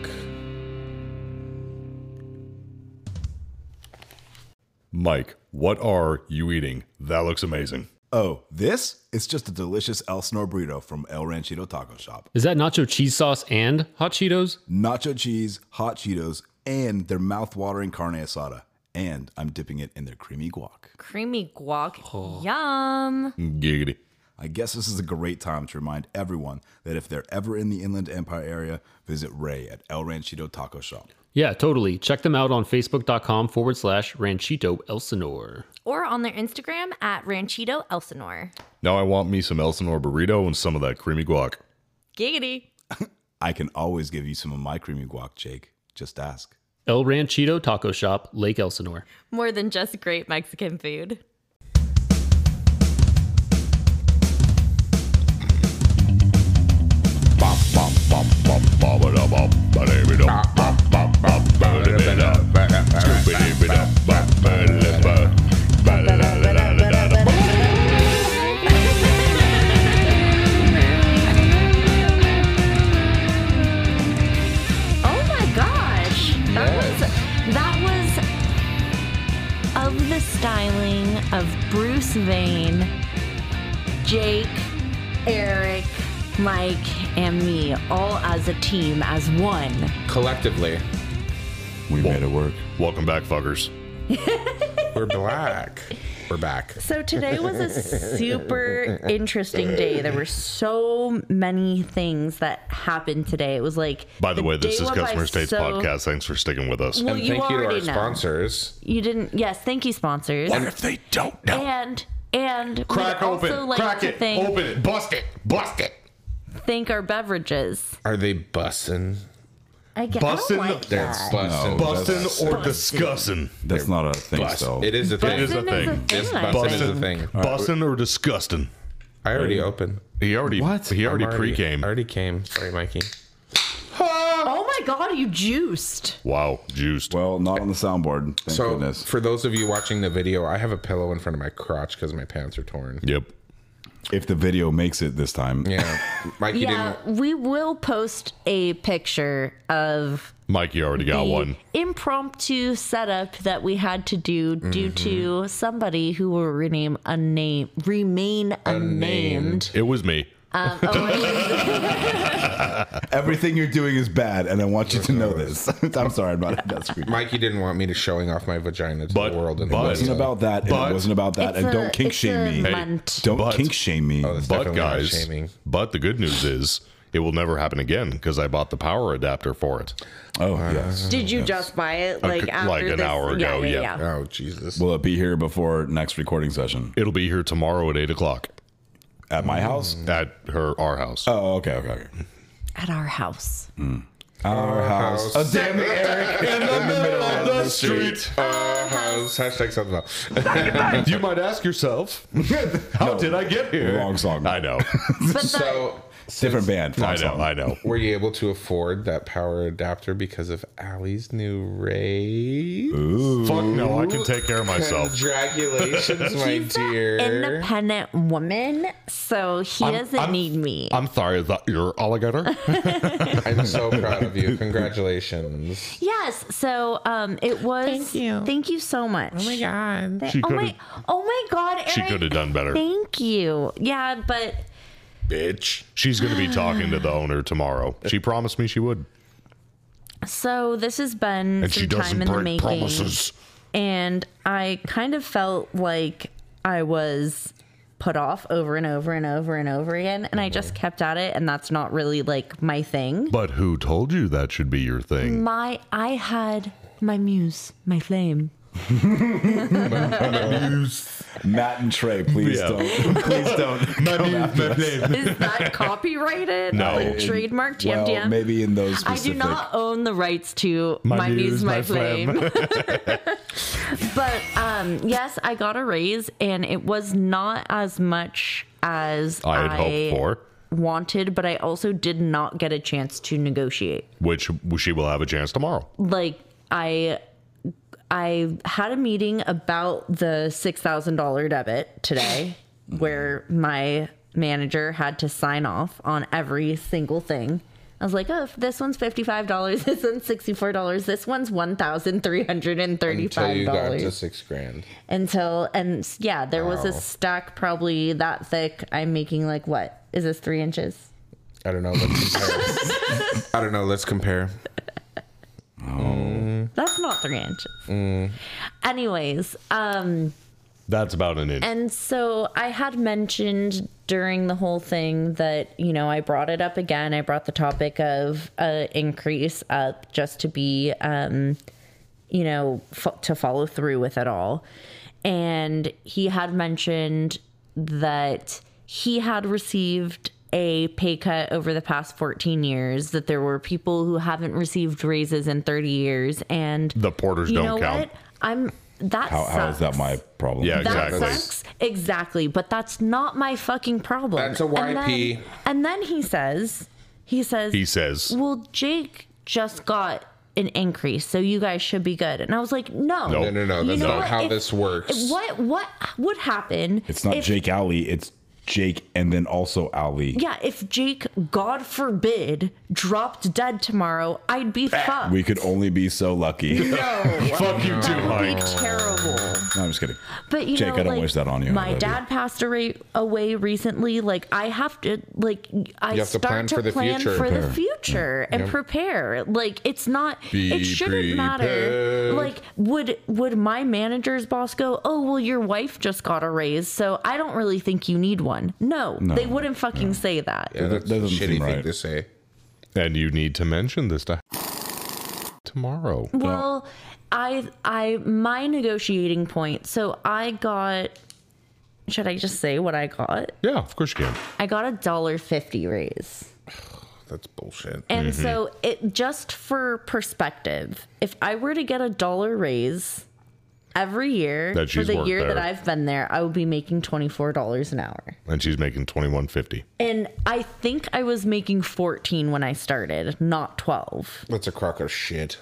Mike, what are you eating? That looks amazing. Oh, this? It's just a delicious El Snor burrito from El Ranchito Taco Shop. Is that nacho cheese sauce and hot Cheetos? Nacho cheese, hot Cheetos, and their mouth-watering carne asada. And I'm dipping it in their creamy guac. Creamy guac. Yum. Giggity. I guess this is a great time to remind everyone that if they're ever in the Inland Empire area, visit Ray at El Ranchito Taco Shop. Yeah, totally. Check them out on facebook.com forward slash ranchito elsinore. Or on their Instagram at Ranchito Elsinore. Now I want me some Elsinore burrito and some of that creamy guac. Giggity. I can always give you some of my creamy guac, Jake. Just ask. El Ranchito Taco Shop, Lake Elsinore. More than just great Mexican food. Bop, bop, bop, bop, bop, bop, bop, ba-da-ba-da, bop, bop, bop, bop, ba-da-ba-da, ba-da-ba-da, bop, ba-da-ba-da, ba-da-da-da-da-da-da. Oh my gosh. That was that was of the styling of Bruce Vane, Jake, Eric, Mike, and me, all as a team, as one. Collectively, We made it work. Welcome back, fuckers. we're black. We're back. So today was a super interesting day. There were so many things that happened today. It was like By the way, this day is went by Customer States so- Podcast. Thanks for sticking with us. Well, And you thank you to our already know. sponsors. You didn't. Yes, thank you, sponsors. if they don't know? And and Crack we'd open, also like crack to it, thank, open it, bust it, bust it. thank our beverages. Are they bussing? I guess Bussin' I don't like They're that. bussing. Bussin' or discussing. That's not a thing, so It is a thing. It is a Bussin' is a thing. thing. Yes, I bussin' think. is a thing. Bussin' or disgusting. I already opened. He already he I'm already pre-came. I already came. Sorry, Mikey. Oh my god, you juiced. Wow, juiced. well, not on the soundboard. Thank So, goodness. for those of you watching the video, I have a pillow in front of my crotch because my pants are torn. Yep. if the video makes it this time, Yeah, Mikey Yeah, didn't. we will post a picture of Mikey already got the one. impromptu setup that we had to do due Mm-hmm. to somebody who will rename a name remain unnamed. Oh, It was me. <laughs> <laughs> everything you're doing is bad, and I want you to <laughs> know this. <laughs> I'm sorry, I'm not that screen. Mikey didn't want me to showing off my vagina to But- the world. And but- it It wasn't wasn't. about that, and But- it wasn't about that, It's and a- don't kink it's a shame me. month. Don't but- kink shame me. that's But definitely not guys, shaming. but the good news is it will never happen again because I bought the power adapter for it. oh, yes. Did you just buy it like, after like an this- hour yeah, ago, yeah, yeah. Oh Jesus! Will it be here before next recording session? It'll be here tomorrow at eight o'clock At Mm. my house? at her our house. Oh, okay, okay, okay. At our house. Our house. Oh, damn it, Eric. In the middle of the street. house. Hashtag something else. you might ask yourself, how did I get here? Wrong song. I know. But <laughs> the- so <laughs> Different band. I Fox know, Song. I know. Were you able to afford that power adapter because of Allie's new raise? Fuck no, I can take care of <laughs> myself. Congratulations, my She's an dear. independent woman, so he doesn't I'm- need me. I'm sorry, is that your <laughs> alligator? I'm so proud of you. Congratulations. Yes. So um, it was. Thank you. Thank you so much. Oh my god. She oh my. coulda- Oh my god. Eric, she could have done better. Thank you. Yeah, but Bitch. She's going to be talking to the owner tomorrow. <laughs> She promised me she would. so this has been And some she doesn't time in the break making, promises. and I kind of felt like I was put off over and over and over and over again, Oh, and I just kept at it, and that's not really like my thing. But who told you that should be <laughs> your thing? my, I had my muse, my flame. Matt and Trey, please Yeah. don't. <laughs> Please don't. come after us. Is <laughs> that copyrighted? No. Like, trademarked? Well, Yep, yep. maybe in those I specific. do not own the rights to my, muse, my, flame. <laughs> but um, yes, I got a raise, and it was not as much as I I, had hoped for, Wanted, but I also did not get a chance to negotiate. which she will have a chance tomorrow. like I I had a meeting about the six thousand dollar debit today where my manager had to sign off on every single thing. I was like, oh, this one's fifty-five dollars. <laughs> This one's sixty-four dollars. This one's one thousand three hundred and Until thirty-five you got to dollars. six grand. Until and s- yeah, there was a stack probably that thick. I'm making like what is this three inches? I don't know. Let's compare. <laughs> I don't know. Let's compare. That's not three inches. Anyways, um, That's about an inch. And so I had mentioned during the whole thing that, you know, I brought it up again. I brought the topic of uh, increase up just to be, um, you know, fo- to follow through with it all. And he had mentioned that he had received a pay cut over the past 14 years, that there were people who haven't received raises in 30 years. And the porters you don't know what? count. I'm. That How, how is that sucks. my problem? Yeah, That exactly. sucks. Exactly. But that's not my fucking problem. That's a YP. And then, and then he says, he says, He says, well, Jake just got an increase, so you guys should be good. And I was like, no. No. No, no, no. You That's know not what? how If- this works. What what would happen? It's not if, Jake Alley. It's Jake and then also Alley. Yeah, if Jake, God forbid, dropped dead tomorrow, I'd be fucked. We could only be so lucky. no, "Fuck you too, Be Mike." terrible. I'm just kidding. But you know, Jake, I don't like, wish that on you. I love My you. dad passed away, away recently. Like I have to, like I You have to start plan to for the plan future. for the future and prepare. Like it's not, Be it shouldn't matter. prepared. Like would would my manager's boss go? Oh well, your wife just got a raise, so I don't really think you need one. No, they wouldn't fucking say that. Yeah, that's that a doesn't shitty seem thing right. to say. And you need to mention this to tomorrow. Well, I I my negotiating point. So I got. Should I just say what I got? Yeah, of course you can. I got a dollar fifty raise. That's bullshit. And Mm-hmm. so it just for perspective, if I were to get a dollar raise every year That for she's the worked year there. that I've been there, I would be making $24 an hour. And she's making twenty one fifty. And I think I was making 14 when I started, not 12. That's a crock of shit.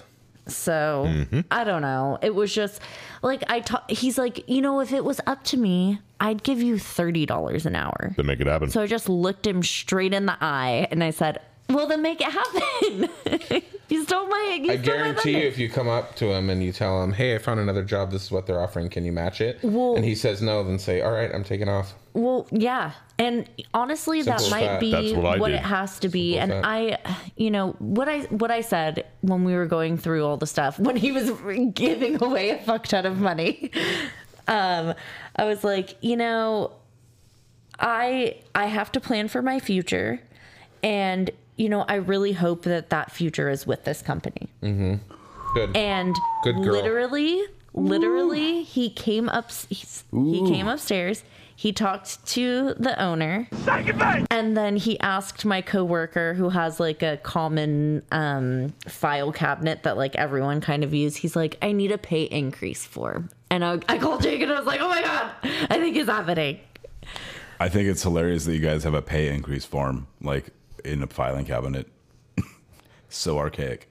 So, Mm-hmm. I don't know. It was just like I ta- he's like, "You know, if it was up to me, I'd give you $30 an hour." To make it happen. So I just looked him straight in the eye and I said, "Well, then make it happen." <laughs> you stole my you I stole my guarantee thunder. you, if you come up to him and you tell him, "Hey, I found another job. This is what they're offering. Can you match it?" Well- and he says no, then say, "All right, I'm taking off." Well, yeah. And honestly, Simple that as might that. be That's what I what, did. it has to be. Simple as and I, you know, what I what I said when we were going through all the stuff when he was giving away a fuck ton of money, <laughs> um, I was like, you know, I I have to plan for my future, and you know, I really hope that that future is with this company. Mm-hmm. Good. And Good girl. literally, literally, he came up. he's- He came upstairs. He talked to the owner, and then he asked my coworker, who has like a common um, file cabinet that like everyone kind of use. He's like, "I need a pay increase for," and I, I called Jake and I was like, "Oh my god, I think it's happening." I think it's hilarious that you guys have a pay increase form like in a filing cabinet. <laughs> so archaic.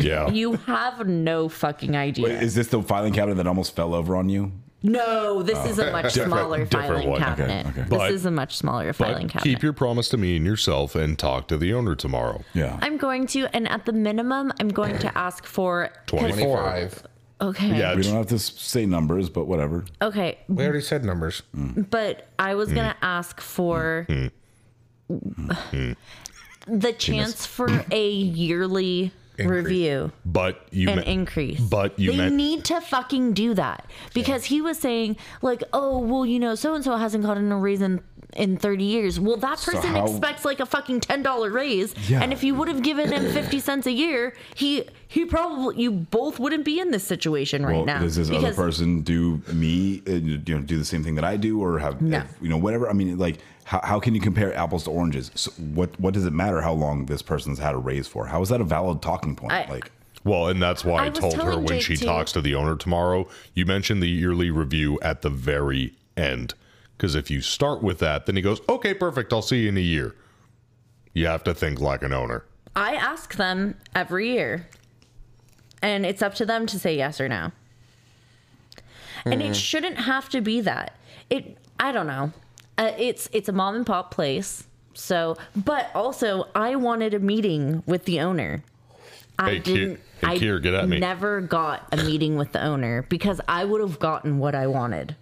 Yeah. You have no fucking idea. Wait, is this the filing cabinet that almost fell over on you? no, this is a much Oh. Different- smaller different filing one. Okay, cabinet. okay. This But- is a much smaller filing but cabinet. keep your promise to me and yourself and talk to the owner tomorrow. Yeah. I'm going to, and at the minimum, I'm going <clears throat> to ask for 24. 25. Okay. Yeah. we don't have to s- say numbers, but whatever. Okay. We already said numbers. But I was going to Mm. ask for Mm-hmm. the chance for a yearly review But you and me- increase. But you they meant need to fucking do that because he was saying like, "Oh, well, you know, so and so hasn't gotten a raise in, in 30 years." Well, that person how- expects like a fucking $10 raise, Yeah. and if you would have given him 50 cents a year, he he probably you both wouldn't be in this situation right Well, now. does this other Because- person do me? Uh, you know, do the same thing that I do, or have No. if- you know whatever? I mean, like how, how can you compare apples to oranges? So what what does it matter how long this person's had a raise for? How is that a valid talking point? I- like Well, and that's why I, I was told her telling when Jake she to- talks to the owner tomorrow, you mentioned the yearly review at the very end. Because if you start with that, then he goes, okay, perfect. I'll see you in a year. You have to think like an owner. I ask them every year, and it's up to them to say yes or no. And Hmm. it shouldn't have to be that. It I don't know. Uh, it's it's a mom and pop place, so but also I wanted a meeting with the owner. I Hey, Kier- hey, Kier, get at me. Never got a meeting with the owner because I would have gotten what I wanted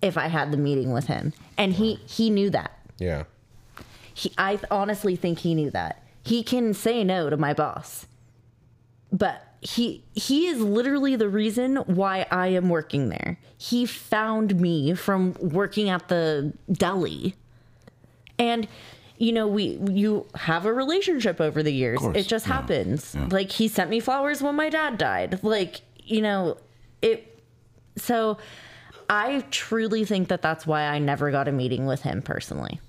if I had the meeting with him, and he he knew that Yeah. he, I th- honestly think he knew that. He can say no to my boss. But he he is literally the reason why I am working there. He found me from working at the deli. And you know, we you have a relationship over the years. It just happens. Like he sent me flowers when my dad died. Like, you know, it so I truly think that that's why I never got a meeting with him personally.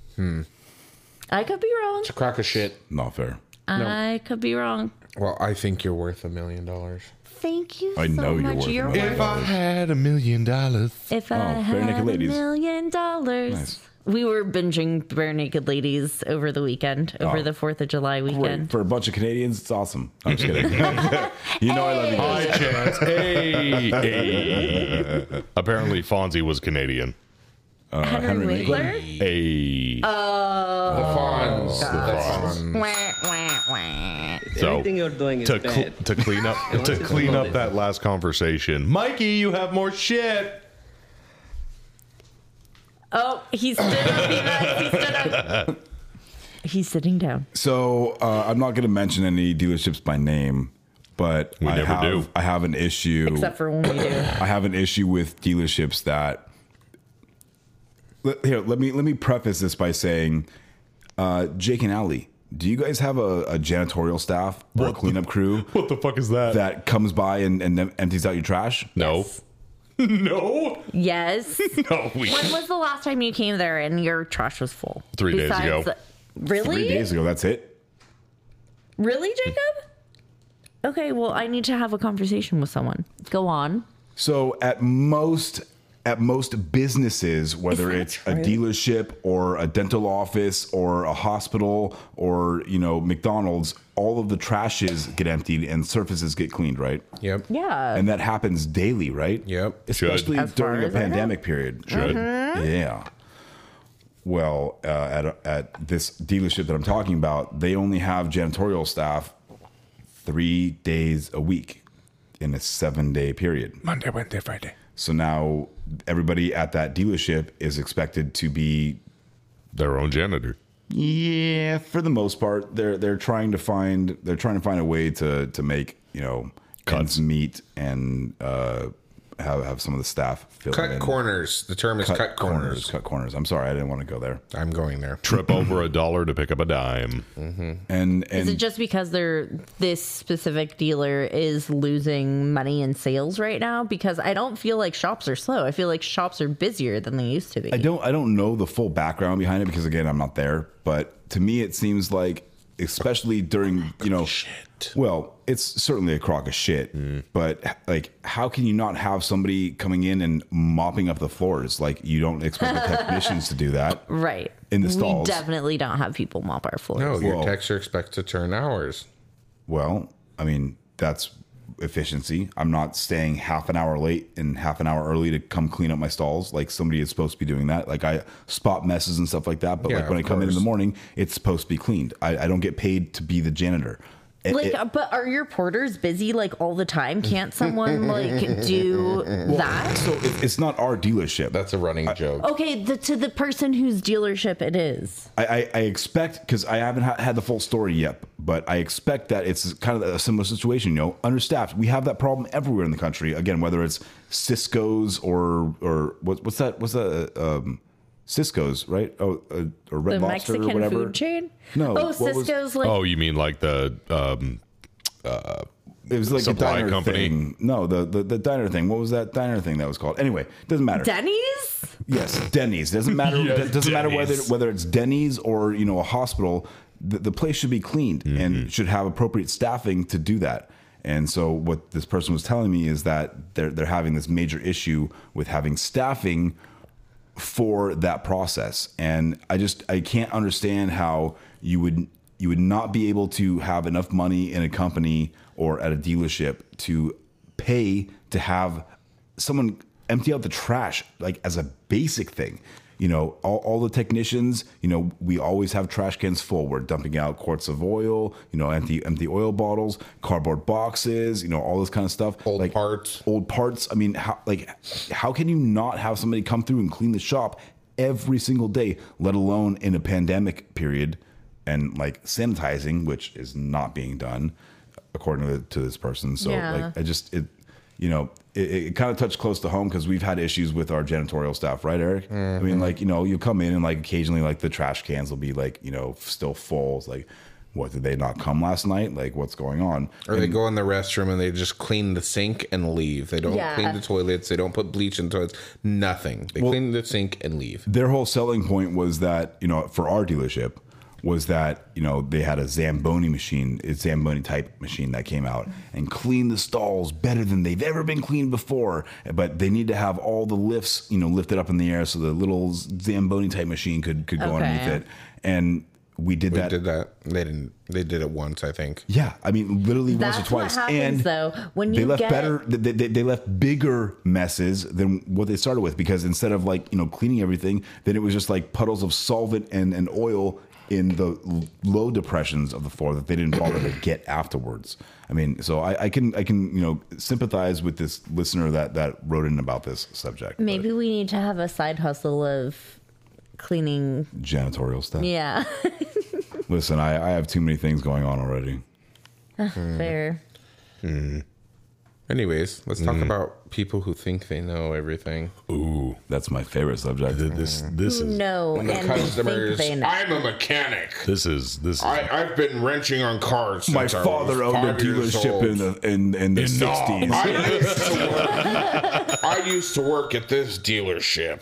I could be wrong. Crack of shit. not fair. I could be wrong. Well, I think you're worth a million dollars. Thank you I so know you're much. worth You're a worth. million. If I had a million dollars. If I Oh, Bare had Naked a Ladies. million dollars. We were binging Bare Naked Ladies over the weekend, over Oh. the 4th of July Great. weekend. For a bunch of Canadians, it's awesome. I'm just <laughs> kidding. <laughs> you know I love you. By guys. chance. Hey, hey. <laughs> Apparently, Fonzie was Canadian. uh, Henry, Winkler? Hey. Uh, The Fonz. The Fonz. Wah, wah, wah. So Everything you're doing is to, cl- bad. to clean <laughs> up to you to clean up promote it. that last conversation, Mikey, you have more shit. Oh, he stood up. He, guys, he stood up. He's sitting down. So uh, I'm not going to mention any dealerships by name, but We I never have, do. I have an issue. Except for when we do. I have an issue with dealerships that. Let, here, let me let me preface this by saying, uh, Jake and Allie, do you guys have a, a janitorial staff or a cleanup crew What the fuck is that comes by and, and em- empties out your trash? no. <laughs> no. Yes. No. We, when was the last time you came there and your trash was full? Three days ago. Really? Three days ago, that's it. Really, Jacob? Okay, well, I need to have a conversation with someone. Go on. So at most, at most businesses, whether it's a dealership or a dental office or a hospital or you know McDonald's, all of the trashes get emptied and surfaces get cleaned, right? Yep. Yeah. And that happens daily, right? Yep. Especially As far during a as I know. pandemic period. Should. Yeah. Well, uh, at at this dealership that I'm talking about, they only have janitorial staff three days a week in a seven day period. Monday, Wednesday, Friday. So now everybody at that dealership is expected to be Their own janitor. yeah, for the most part, they're they're trying to find they're trying to find a way to to make, you know, ends meet and uh have have some of the staff fill Cut in. corners. The term is cut, corners. Cut corners. I'm sorry, I didn't want to go there. I'm going there. Trip over a dollar to pick up a dime. And and is it just because they're this specific dealer is losing money in sales right now? Because I don't feel like shops are slow. I feel like shops are busier than they used to be. I don't I don't know the full background behind it because again I'm not there. But to me it seems like especially during you know well it's certainly a crock of shit Mm. but like how can you not have somebody coming in and mopping up the floors like you don't expect the technicians to do that <laughs> Right. In the We stalls. definitely don't have people mop our floors. No, your Whoa. texture expects to turn hours. well i mean that's efficiency i'm not staying half an hour late and half an hour early to come clean up my stalls like somebody is supposed to be doing that like i spot messes and stuff like that but Yeah, like when i of come in in the course. morning it's supposed to be cleaned i, I don't get paid to be the janitor It- Like, it- uh, but are your porters busy like all the time? Can't <laughs> someone like do that? so it- it's not our dealership That's a running joke. Okay, the, to the person whose dealership it is. I, I, I expect because I haven't ha- had the full story yet, but I expect that it's kind of a similar situation. You know, understaffed. We have that problem everywhere in the country. Again, whether it's Cisco's or or what, what's that? What's that? Um, Cisco's, right? Oh, uh, or Red The Lobster or Mexican whatever. food chain? Oh, No, what was- Cisco's like Oh, you mean like the um, It was like Supply the diner company. thing. No, the, the the diner thing. What was that diner thing that was called? Anyway, doesn't matter. Denny's? Yes, Denny's. Doesn't matter. <laughs> Yes, doesn't matter whether Denny's. whether it's Denny's or you know a hospital. The, the place should be cleaned Mm-hmm. Hmm. and should have appropriate staffing to do that. And so what this person was telling me is that they're they're having this major issue with having staffing for that process. And I just I can't understand how you would you would not be able to have enough money in a company or at a dealership to pay to have someone empty out the trash like as a basic thing. You know, all, all the technicians, you know, we always have trash cans full. We're dumping out quarts of oil, you know, empty empty oil bottles, cardboard boxes, you know, all this kind of stuff. Old parts. Old parts. I mean, how like how can you not have somebody come through and clean the shop every single day, let alone in a pandemic period and like sanitizing, which is not being done according to, to this person. So Yeah. like I just it you know, it, it kind of touched close to home because we've had issues with our janitorial staff, right, Eric? I Mm-hmm. mean, like, you know, you come in and like occasionally like the trash cans will be like, you know, still full. It's like, what did they not come last night? Like, what's going on? Or they go in the restroom and they just clean the sink and leave. They don't Yeah. clean the toilets. They don't put bleach in toilets. Nothing. They clean the sink and leave. their whole selling point was that you know for our dealership was that you know they had a zamboni machine a zamboni type machine that came out and cleaned the stalls better than they've ever been cleaned before but they need to have all the lifts you know lifted up in the air so the little zamboni type machine could could go Okay. underneath it and we did They that did that. They didn't. They did it once, I think. yeah, I mean, literally once That's or twice. what happens, and though. When they you left get- better, they, they, they left bigger messes than what they started with because instead of like you know cleaning everything, then it was just like puddles of solvent and, and oil in the l- low depressions of the floor that they didn't bother to get afterwards. I mean, so I, I can I can you know sympathize with this listener that that wrote in about this subject. but Maybe we need to have a side hustle of cleaning. janitorial stuff. Yeah, Listen, I, I have too many things going on already. <laughs> Mm. fair. Anyways, let's talk about people who think they know everything. ooh, That's my favorite subject. this this Mm-hmm. is No, and The they think customers. they know. I'm a mechanic. this is this is I, I've been wrenching on cars. my since I father was owned a five years dealership old. in the in, in the In Knob. sixties. I used, to work, I used to work at this dealership.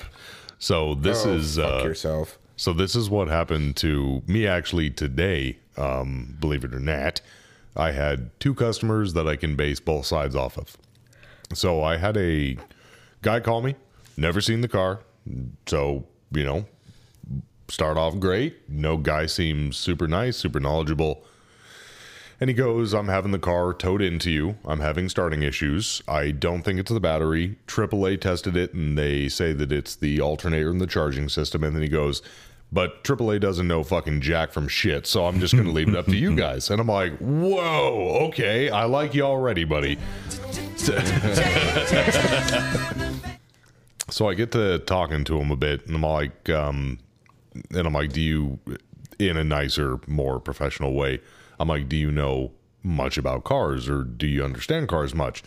so this Oh, is fuck uh, yourself. So this is what happened to me actually today. Um, believe it or not, I had two customers that I can base both sides off of. So I had a guy call me, never seen the car, so you know, start off great. No guy seems super nice, super knowledgeable. And he goes, I'm having the car towed into you. I'm having starting issues. I don't think it's the battery. AAA tested it and they say that it's the alternator and the charging system. And then he goes, But AAA doesn't know fucking Jack from shit. So I'm just going to leave it up to you guys. And I'm like, Whoa, okay. I like you already, buddy. so I get to talking to him a bit and I'm like, um, and I'm like, do you, in a nicer, more professional way, I'm like, do you know much about cars or do you understand cars much?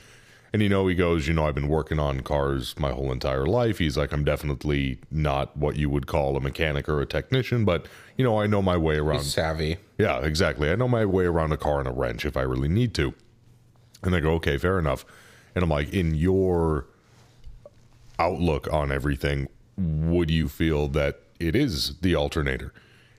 And you know, he goes, you know, I've been working on cars my whole entire life. He's like, I'm definitely not what you would call a mechanic or a technician, but you know, I know my way around. Savvy. Yeah, exactly. I know my way around a car and a wrench if I really need to. And they go, okay, fair enough. And I'm like, in your outlook on everything, would you feel that it is the alternator?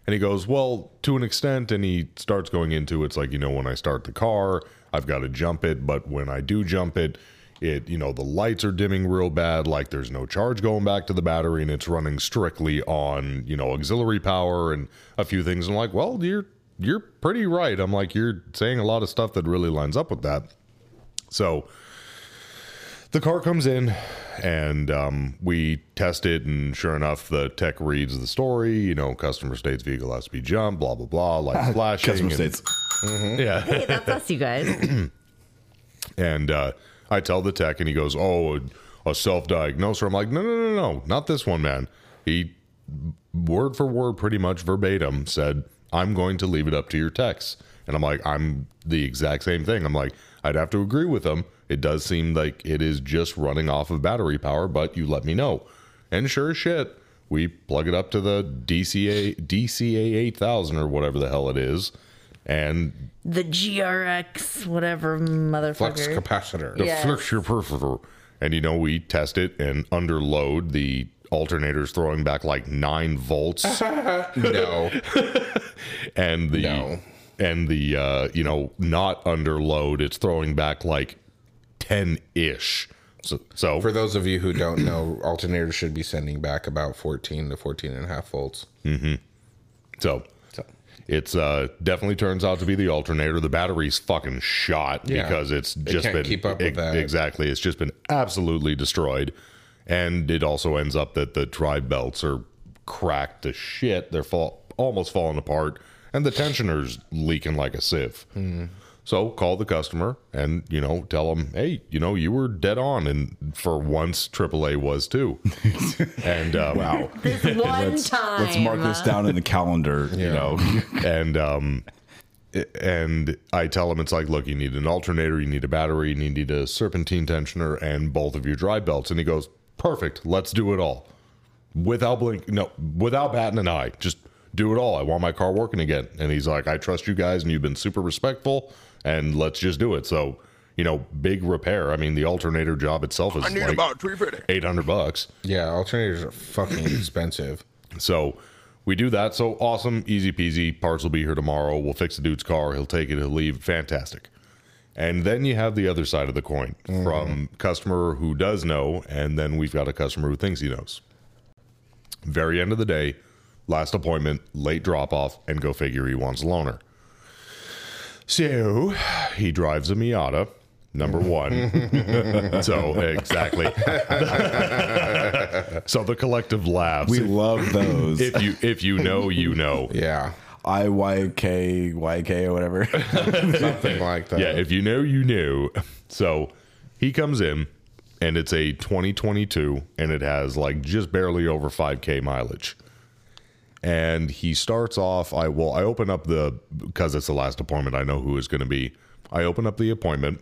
And he goes, Well, to an extent. And he starts going into it's like, you know, when I start the car, I've got to jump it. But when I do jump it, it, you know, the lights are dimming real bad. Like there's no charge going back to the battery and it's running strictly on, you know, auxiliary power and a few things. And I'm like, Well, you're, you're pretty right. I'm like, you're saying a lot of stuff that really lines up with that. So the car comes in and um, we test it and sure enough the tech reads the story you know customer states vehicle has to be jumped blah blah blah like <laughs> Customer flashing and- states. <laughs> yeah Hey, that's us, you guys. and uh, i tell the tech and he goes oh a, a self-diagnoser i'm like no no no no not this one man he word for word pretty much verbatim said i'm going to leave it up to your techs and i'm like i'm the exact same thing i'm like i'd have to agree with him it does seem like it is just running off of battery power but you let me know and sure as shit we plug it up to the dca dca 8000 or whatever the hell it is and The GRX, whatever Flux motherfucker. capacitor. the Yes. friction perforator. And you know, we test it and under load, the alternator's throwing back like nine volts No. and the No. and the uh, you know, not under load, it's throwing back like ten ish. So, so For those of you who don't know, alternators should be sending back about 14 to 14 and a half volts. so it's uh definitely turns out to be the alternator. The battery's fucking shot Yeah. because it's just can't been keep up with ex- that. exactly. It's just been absolutely destroyed, and it also ends up that the tri belts are cracked to shit. They're fall almost falling apart, and the tensioner's leaking like a sieve. Hmm. So call the customer and you know tell them, hey, you know you were dead on, and for once AAA <laughs> was too. and um, wow, This one time. <laughs> Let's mark this down in the calendar. You <laughs> know, and um and I tell him it's like, look, you need an alternator, you need a battery, you need a serpentine tensioner, and both of your dry belts. And he goes, perfect, let's do it all, without blink, no, without batting an eye, just do it all. I want my car working again. And he's like, I trust you guys, and you've been super respectful, and let's just do it. So, you know, big repair. I mean, the alternator job itself is like eight hundred bucks. Yeah, alternators are fucking <coughs> expensive. So we do that. So awesome, easy peasy. Parts will be here tomorrow. We'll fix the dude's car. He'll take it. He'll leave. Fantastic. And then you have the other side of the coin from customer who does know, and then we've got a customer who thinks he knows. Very end of the day, last appointment, late drop off, and go figure he wants a loaner. So he drives a Miata, number one. <laughs> so exactly. <laughs> so the collective laughs we love those. if you if you know you know Yeah. IYK, YK, or <laughs> whatever. Something like that. yeah if you know you know so he comes in and it's a 2022 and it has like just barely over 5k mileage and he starts off i will i open up the because it's the last appointment i know who is going to be i open up the appointment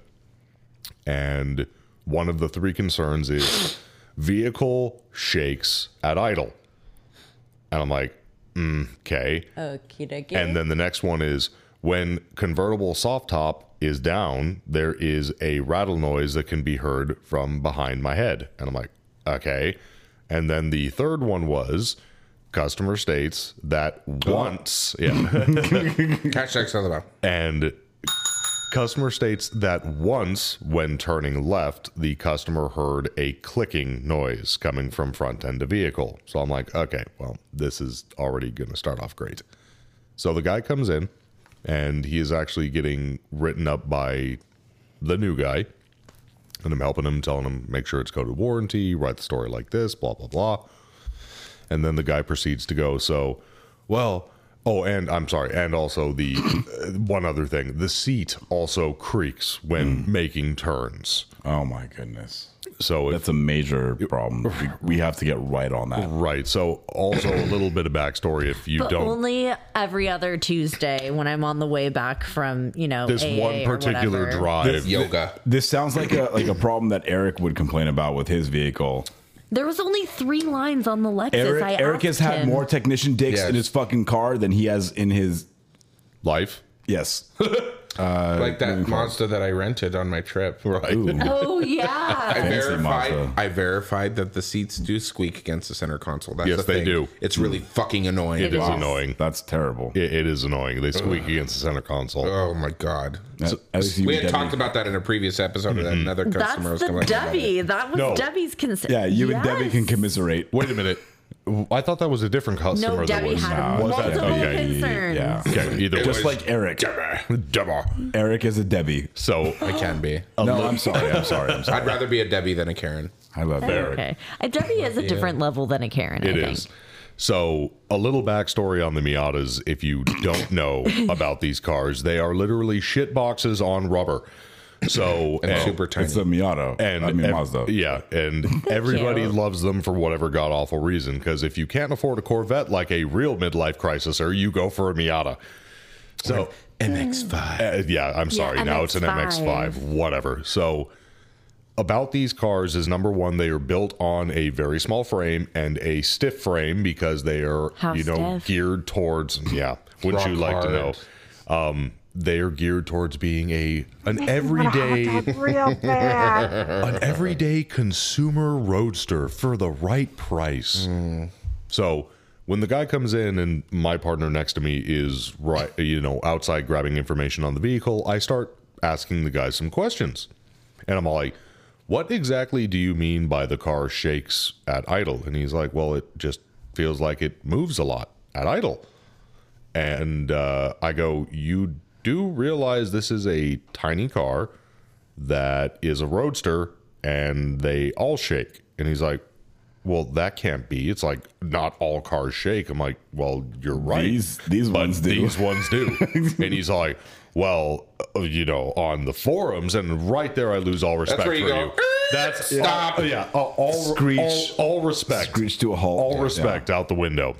and one of the three concerns is vehicle shakes at idle and i'm like mm, okay Okie dokie. And then the next one is when convertible soft top is down, there is a rattle noise that can be heard from behind my head. And I'm like, okay. And then the third one was customer states that once, yeah. <laughs> Hashtag sound the bell. and customer states that once when turning left, the customer heard a clicking noise coming from front end of vehicle. So I'm like, okay, well, this is already going to start off great. So the guy comes in and he is actually getting written up by the new guy. And I'm helping him, telling him, make sure it's coded warranty, write the story like this, blah, blah, blah. And then the guy proceeds to go, so, well, oh, and I'm sorry. And also the <coughs> uh, one other thing the seat also creaks when making turns. oh my goodness, So if that's a major problem. We, we have to get right on that. Right. So, also a little bit of backstory if you but don't. only every other Tuesday when I'm on the way back from, you know, this AA one or particular whatever. drive. Yoga. This sounds like a like a problem that Eric would complain about with his vehicle. There was only three lines on the Lexus. Eric, I Eric has asked had him. more technician dicks Yes. in his fucking car than he has in his <laughs> life. yes. like mm-hmm. that Mazda that I rented on my trip. Right. Oh <laughs> yeah. I verified. Mazda. I verified that the seats do squeak against the center console. That's Yes, the they thing. do. Mm. It's really fucking annoying. It is annoying. That's terrible. It, it is annoying. They squeak against the center console. Oh my god. At least you we had definitely- talked about that in a previous episode. Mm-hmm. That another That's customer was the complaining about it. Debbie. That was No. Debbie's concern. Yeah, you and Debbie can Yes. commiserate. Wait a minute. I thought that was a different customer. No, Debbie that was. had was that- multiple E. okay. concerns. Yeah. Okay, either Just way. like Eric. Debbie. Eric is a Debbie. so, I can <gasps> be. No, I'm sorry. I'm sorry. I'm sorry. I'd rather be a Debbie than a Karen. I love Eric. Okay. A Debbie is a different level than a Karen. It I is. think. So, a little backstory on the Miatas if you don't know about these cars, they are literally shit boxes on rubber. So, And super tiny. It's a Miata. and I mean ev- Mazda. Yeah, <laughs> and everybody Cute. loves them for whatever god awful reason. Because if you can't afford a Corvette like a real midlife crisiser, you go for a Miata. So MX5. uh, yeah, I'm sorry. now it's an MX-5. MX5, whatever. So about these cars is number one, they are built on a very small frame and a stiff frame because they are, How you know, stiff? geared towards yeah. Wouldn't you Rock like to know? hard. Um, they are geared towards being a an everyday an everyday consumer roadster for the right price. So when the guy comes in and my partner next to me is right, you know, outside grabbing information on the vehicle, I start asking the guy some questions. And I'm all like, what exactly do you mean by the car shakes at idle? And he's like, well, it just feels like it moves a lot at idle. And uh, I go, you do realize this is a tiny car that is a roadster and they all shake. And he's like, well, that can't be. It's like not all cars shake. I'm like, well, you're right. These- these but ones do. These ones do. and he's like, well, uh, you know, on the forums, and right there, I lose all respect where you for go, you. <laughs> That's Stop. all- yeah, all, all, Screech. all, all <laughs> respect, Screech to a halt. all Yeah, respect out the window.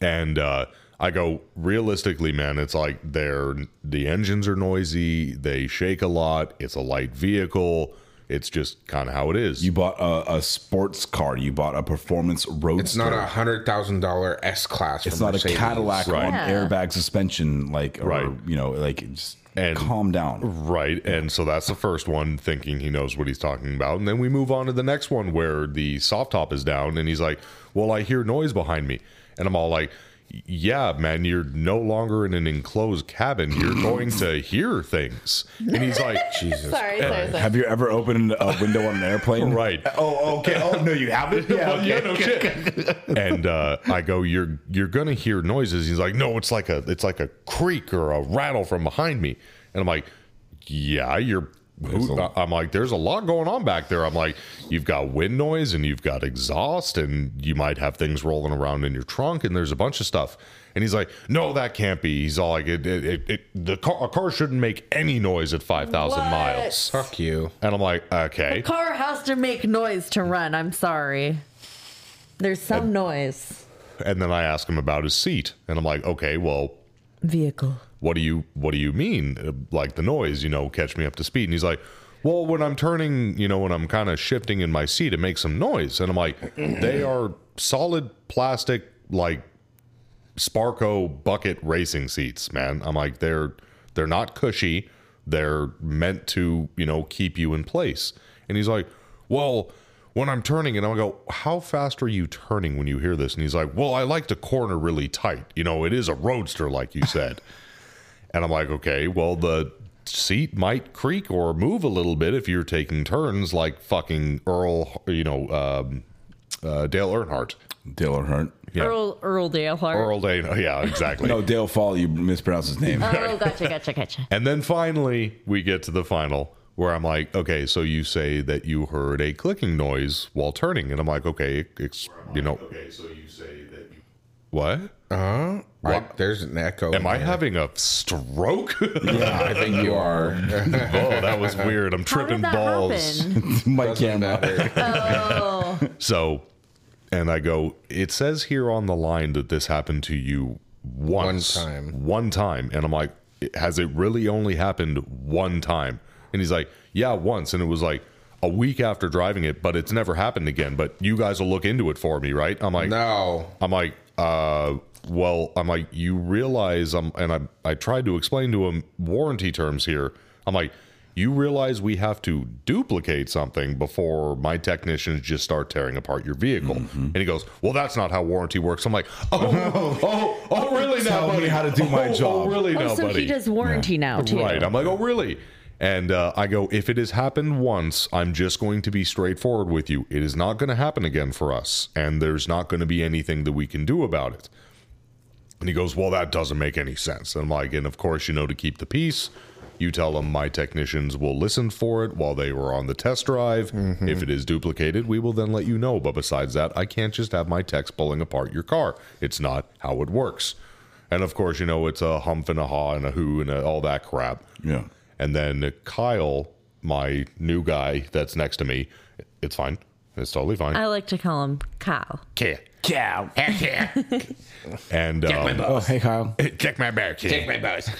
And uh, I go, realistically, man, it's like they're the engines are noisy, they shake a lot. It's a light vehicle. It's just kind of how it is. You bought a, a sports car. You bought a performance roadster. It's not a hundred thousand dollar S class. It's not a Cadillac Right. on Yeah. airbag suspension. Like, or, Right. You know, like just And- calm down. Right. And so that's the first one, thinking he knows what he's talking about. And then we move on to the next one where the soft top is down and he's like, Well, I hear noise behind me. And I'm all like, Yeah, man, you're no longer in an enclosed cabin. You're going to hear things. And he's like, Jesus. Sorry, sorry, sorry. Have you ever opened a window on an airplane? <laughs> Right. Oh, okay. Oh no, you <laughs> haven't. Yeah. Well, yeah, no shit. <laughs> and uh, I go, you're you're gonna hear noises. He's like, no, it's like a it's like a creak or a rattle from behind me. And I'm like, yeah, you're. Who, uh," a- I'm like, there's a lot going on back there. I'm like, you've got wind noise and you've got exhaust and you might have things rolling around in your trunk and there's a bunch of stuff. And he's like, no, that can't be. He's all like, it, it, it, it the car, a car shouldn't make any noise at 5,000 miles. Fuck you. And I'm like, okay. Car has to make noise to run. I'm sorry. There's some noise. And then I ask him about his seat. And I'm like, okay, well, Vehicle. what do you what do you mean Uh, like the noise you know catch me up to speed and he's like well when i'm turning you know when i'm kind of shifting in my seat it makes some noise and i'm like <clears throat> they are solid plastic like sparco bucket racing seats man i'm like they're they're not cushy they're meant to you know keep you in place and he's like well when i'm turning and i go how fast are you turning when you hear this and he's like well i like to corner really tight you know it is a roadster like you said and I'm like, okay, well, the seat might creak or move a little bit if you're taking turns like fucking Earl, you know, um, uh, Dale Earnhardt. Dale Earnhardt. Earl Earl Dale Hart. Earl Dale, yeah, <laughs> exactly. No, Dale Fall. You mispronounced his name. Oh, gotcha, gotcha, <laughs> gotcha. And then finally, we get to the final where I'm like, okay, so you say that you heard a clicking noise while turning. And I'm like, okay, it's, you know. Okay, so you say that you. What? Oh, Huh? I, there's an echo. Am I having a stroke? <laughs> Yeah, I think <laughs> you are. oh, that was weird. I'm How tripping did that balls. happen? My camera. <laughs> So, and I go, it says here on the line that this happened to you once. One time. One time. And I'm like, has it really only happened one time? And he's like, yeah, once. And it was like a week after driving it, but it's never happened again. But you guys will look into it for me, right? I'm like, No. I'm like, uh, well, I'm like, you realize I'm, and I, I tried to explain to him warranty terms here. I'm like, you realize we have to duplicate something before my technicians just start tearing apart your vehicle. Mm-hmm. And he goes, well, that's not how warranty <laughs> works. I'm like, oh, oh, oh, really now, Tell me buddy? how to do my Oh, job." Oh, really now, oh, so buddy? he does warranty now too. Right. I'm like, oh, really? And uh, I go, if it has happened once, I'm just going to be straightforward with you. It is not going to happen again for us, and there's not going to be anything that we can do about it. And he goes, well, that doesn't make any sense. And I'm like, and of course, you know, to keep the peace, you tell them my technicians will listen for it while they were on the test drive. If it is duplicated, we will then let you know. But besides that, I can't just have my techs pulling apart your car. It's not how it works. And of course, you know, it's a humph and a haw and a who and a, all that crap. Yeah. And then Kyle, my new guy that's next to me, it's fine. It's totally fine. Uh, I like to call him Kyle. Cow. Cow. <laughs> and um, Oh, hey, Kyle. Check my bear, kid. Check my bows.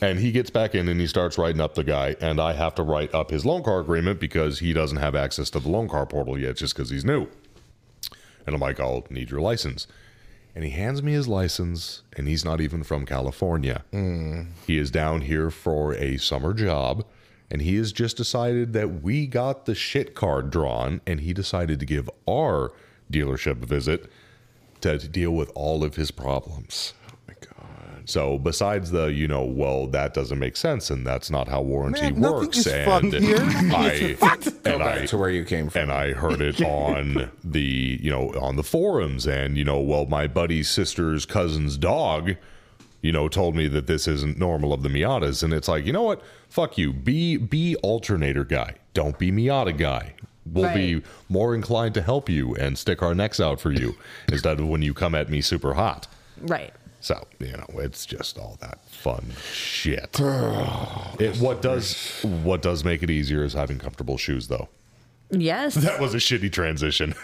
and he gets back in and he starts writing up the guy. And I have to write up his loan car agreement because he doesn't have access to the loan car portal yet just because he's new. And I'm like, I'll need your license. And he hands me his license, and he's not even from California. Hmm. He is down here for a summer job, and he has just decided that we got the shit card drawn, and he decided to give our dealership a visit to, to deal with all of his problems. Oh my god! So besides the, you know, well, that doesn't make sense, and that's not how warranty Man, nothing works. is and fun here. <laughs> I Go and back I to where you came from. and I heard it on the you know on the forums and you know well my buddy's sister's cousin's dog you know told me that this isn't normal of the Miatas and it's like you know what fuck you be be alternator guy don't be Miata guy we'll be more inclined to help you and stick our necks out for you instead of when you come at me super hot Right. so you know, it's just all that fun shit. It- what does what does make it easier is having comfortable shoes, though. Yes. That was a shitty transition. <laughs>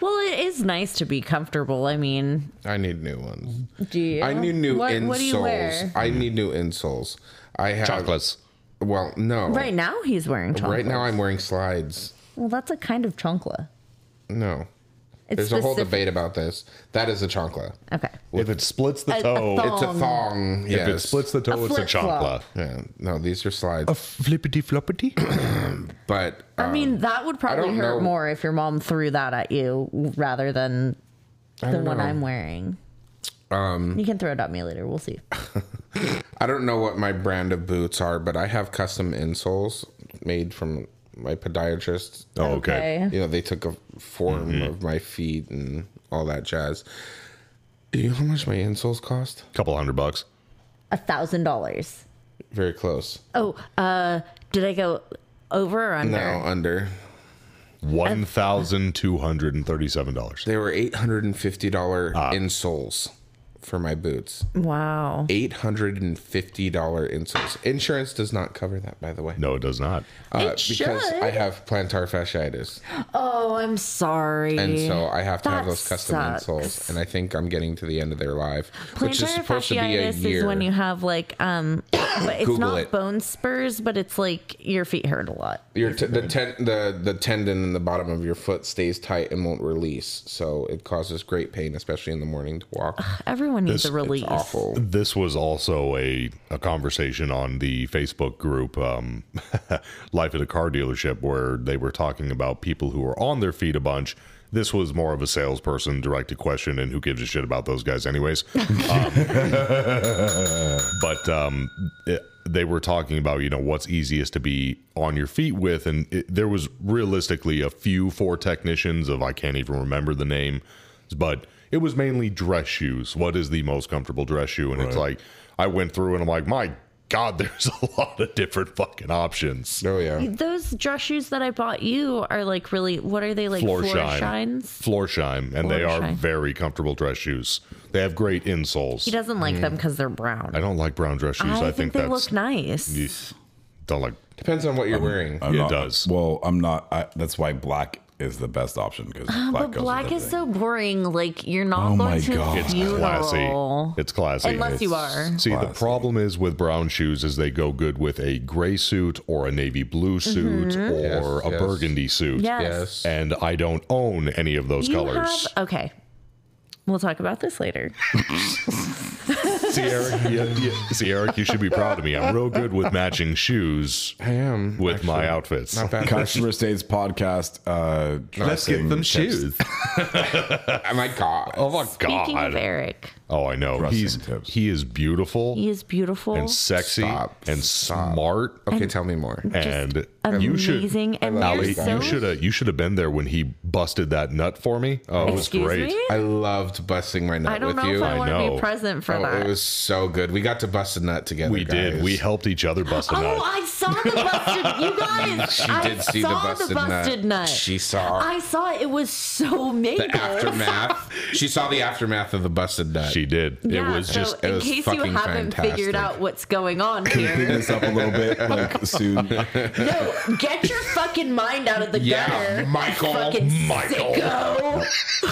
well, it is nice to be comfortable. I mean, I need new ones. do you? I need new What- insoles. what do you wear? I need new insoles. I have Chocolates. Well, no. Right now, he's wearing chonkla. Right now, I'm wearing slides. well, that's a kind of chonkla. No. It's There's a whole specific- debate about this. That is a chancla. Okay. if it splits the A- a thong. toe, it's- It's a Um, thong. if Yes. it splits the toe, A it's a flip-flop. chonkla. Yeah. No, these are slides. Flippity floppity. But uh, I mean, that would probably don't hurt know. more if your mom threw that at you rather than the don't one know. I'm wearing. Um, you can throw it at me later. We'll see. I don't know what my brand of boots are, but I have custom insoles made from my podiatrist. <clears throat> Oh, okay. You know, they took a form of my feet and all that jazz. You know how much my insoles cost? Couple hundred bucks. A thousand dollars. Very close. Oh, uh, did I go over or under? No, under. One thousand two hundred and thirty-seven dollars. They were eight hundred and fifty dollar insoles for my boots. Wow. Eight hundred and fifty dollar insoles. Insurance does not cover that, by the way. No, it does not. Uh, It because should. I have plantar fasciitis, Oh, I'm sorry. <gasps> and so I have to have That those custom sucks. insoles. And I think I'm getting to the end of their life, which is Plantar supposed to be a fasciitis is year. when you have like um, but it's Google not it. Ah, um, <laughs> um, Oh, Mm. <laughs> Um, Uh, Oh Mm-hmm. We'll talk about this later. See, Eric, yeah, yeah. See, Eric, you should be proud of me. I'm real good with matching shoes I am with my outfits. not bad. <laughs> Customer States podcast. Uh, Let's thing tips. <laughs> oh my god! Oh my Speaking God. of Eric, Oh, I know. Dressing He's tips. he is beautiful he is beautiful, and sexy Stop. and Stop. smart Okay, tell me more. and you should amazing, and love they're Ali, so. you should have you should have been there when he busted that nut for me. Oh, it was Excuse great. me. I loved busting my nut I don't with know you. if I, I want to know. be present for Oh, that. it was so good. We got to bust a nut together. We did. guys. We helped each other bust a Oh, nut. I saw the busted. You guys, She I did see the saw busted, busted nut. nut. She saw I saw it. It was so amazing. the <laughs> aftermath. she saw the aftermath of the busted nut. she did. Yeah, it was so just it in was case you fucking haven't fantastic. figured out what's going on Clean here, this up a little <laughs> bit, like soon. no, get your fucking mind out of the Yeah, gutter, <laughs> Michael, fucking Michael. sicko.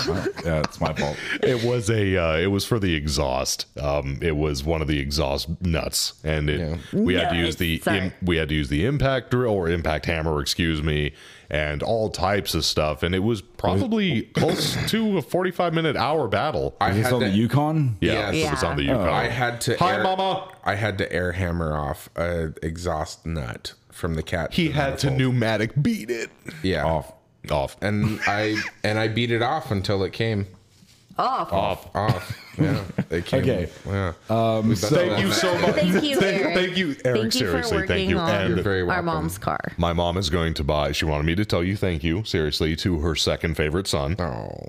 Yeah, it's my fault. It was a uh, it was for the exhaust. Um, it was one of the exhaust nuts, and it, we had to use the Sorry. im- we had to use the impact drill or impact hammer, excuse me, and all types of stuff. And it was probably <coughs> close to a forty five minute hour battle. I Is this had on the to- Yukon? yeah, yes. it was on the Yukon. I had to. Hi, air, Mama. I had to air hammer off a exhaust nut from the cat. He had to pneumatic beat it yeah. Off. off. and I and I beat it off until it came Off. off. Off. Yeah, it came. Okay. Yeah. Um, Thank you so much. Thank you, Thank, Eric. thank you, Eric. Thank you for seriously, thank working you. on- And You're very welcome. Our mom's car. my mom is going to buy. She wanted me to tell you thank you seriously to her second favorite son. Oh.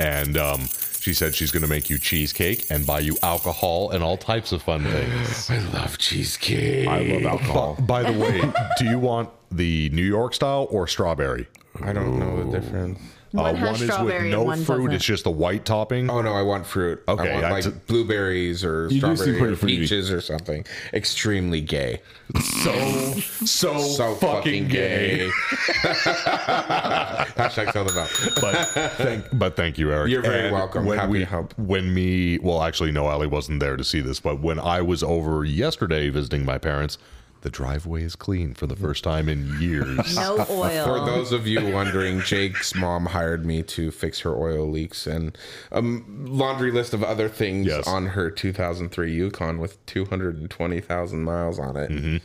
and um, she said she's going to make you cheesecake and buy you alcohol and all types of fun things. I love cheesecake. I love alcohol. By the way, do you want the New York style or strawberry? Uh, I don't know the difference. One has is with strawberry no and one fruit; doesn't. it's just a white topping. Oh no, I want fruit. Okay, I want, I like t- blueberries or You do seem strawberries pretty or fruity. peaches or something. Extremely gay. So, so, So fucking gay. <laughs> Hashtag tell them about. but thank, but thank you, Eric. You're very And welcome. When Happy we, to help. When me, well, actually, no, Ali wasn't there to see this, but when I was over yesterday visiting my parents, the driveway is clean for the first time <laughs> in years. No For Um, oil. those of <laughs> you wondering, Jake's mom hired me to fix her oil leaks and a m- laundry list of other things Yes. on her 2003 Yukon with 220,000 miles on it. Mm-hmm.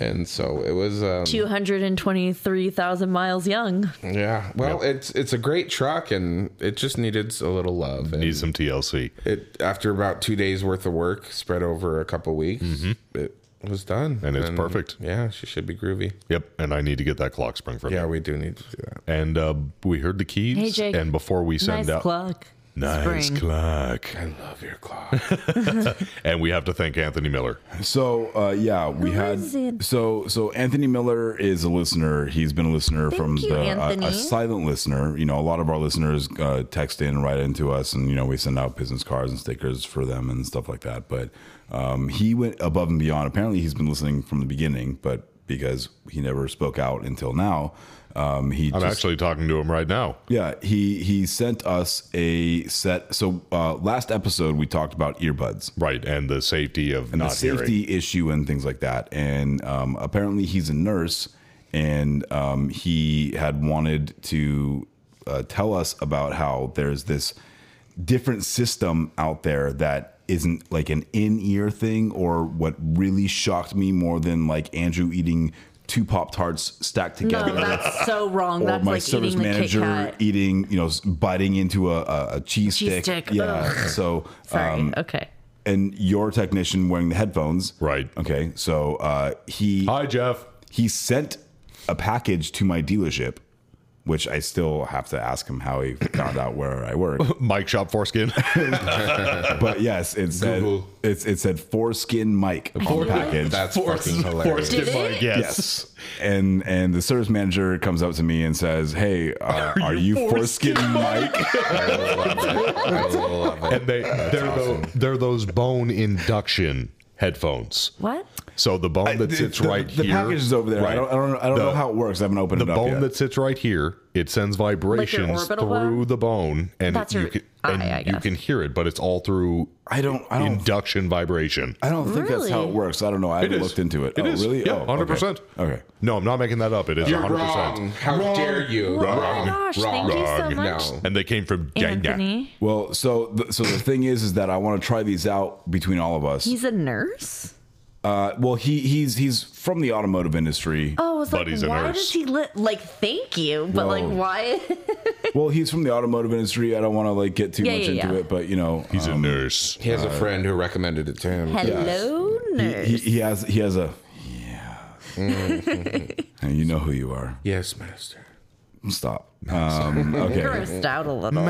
And so it was um, Two hundred and twenty-three thousand miles young. yeah. Well, it's it's a great truck and it just needed a little love. And Need some TLC. it after about 2 days worth of work spread over a couple weeks, it was done. Mm-hmm. And it's perfect. Yeah, she should be groovy. Yep, and I need to get that clock spring from Yeah, you. we do need to do that. And uh, we heard the keys. Hey, Jake. And before we send Nice out, clock. nice Spring. clock. I love your clock. And we have to thank Anthony Miller. So uh, yeah, we is it? had so so Anthony Miller is a listener. He's been a listener from you, the uh, a Anthony. silent listener. You know, a lot of our listeners uh, text in, write into us, and you know we send out business cards and stickers for them and stuff like that. But um, he went above and beyond. Apparently, he's been listening from the beginning, but because he never spoke out until now, um, he I'm just actually talking to him right now. yeah, he he sent us a set. So uh, last episode we talked about earbuds Right, and the safety of and not the safety hearing. issue and things like that. And um, apparently he's a nurse, and um, he had wanted to uh, tell us about how there's this different system out there that isn't like an in-ear thing or what really shocked me more than like Andrew eating two pop tarts stacked No, Oh, together that's so wrong. or That's my like service eating the Kit manager Kat. eating, you know, s- biting into a, a, a cheese, Cheese stick. stick. Yeah. So, Sorry. um, okay. and your technician wearing the headphones. Right. Okay. So uh, he Hi, Jeff. he sent a package to my dealership, which I still have to ask him how he found out where I <laughs> work. Mike <laughs> Shop Foreskin. <laughs> But yes, it said Google. it's it said foreskin mic on the package. That's fucking hilarious. Foreskin Mike, yes. Yes. And and the service manager comes up to me and says, "Hey, uh, are, you foreskin, Mike?" <laughs> I love it. I love it. And they, they're, tho- they're those bone induction headphones. What? So the bone that The- sits the- right the here. package is over there. Right. I don't I don't, I don't The- know how it works. I haven't opened the it up bone yet. that sits right here It sends vibrations orbital through bone? the bone, and That's you your can eye, and I you guess. can hear it, but it's all through I don't. Oh. I don't. induction vibration. I don't think that's how it Really? works. I don't know. I haven't is. looked into it. It oh, is. really? Yeah, oh, okay. 100%. Okay. No, I'm not making that up. It is You're 100. wrong. percent How dare you? Oh my gosh, thank you so Wrong. much. No. And they came from Kenya. Anthony. Well, so the, so the thing is, is that I want to try these out between all of us. He's a nurse? uh, well, he he's he's from the automotive industry. Oh, I was But like, he's a why nurse. does he li- like thank you? But No. like why <laughs> Well, he's from the automotive industry. I don't want to like get too Yeah, much yeah, into yeah. it, but you know, He's Um, a nurse. He has a friend who recommended it to him. Hello nurse. he, he has he has a yeah. <laughs> and you know who you are. Yes, master. Stop. <laughs> Um, okay. Grossed out a little.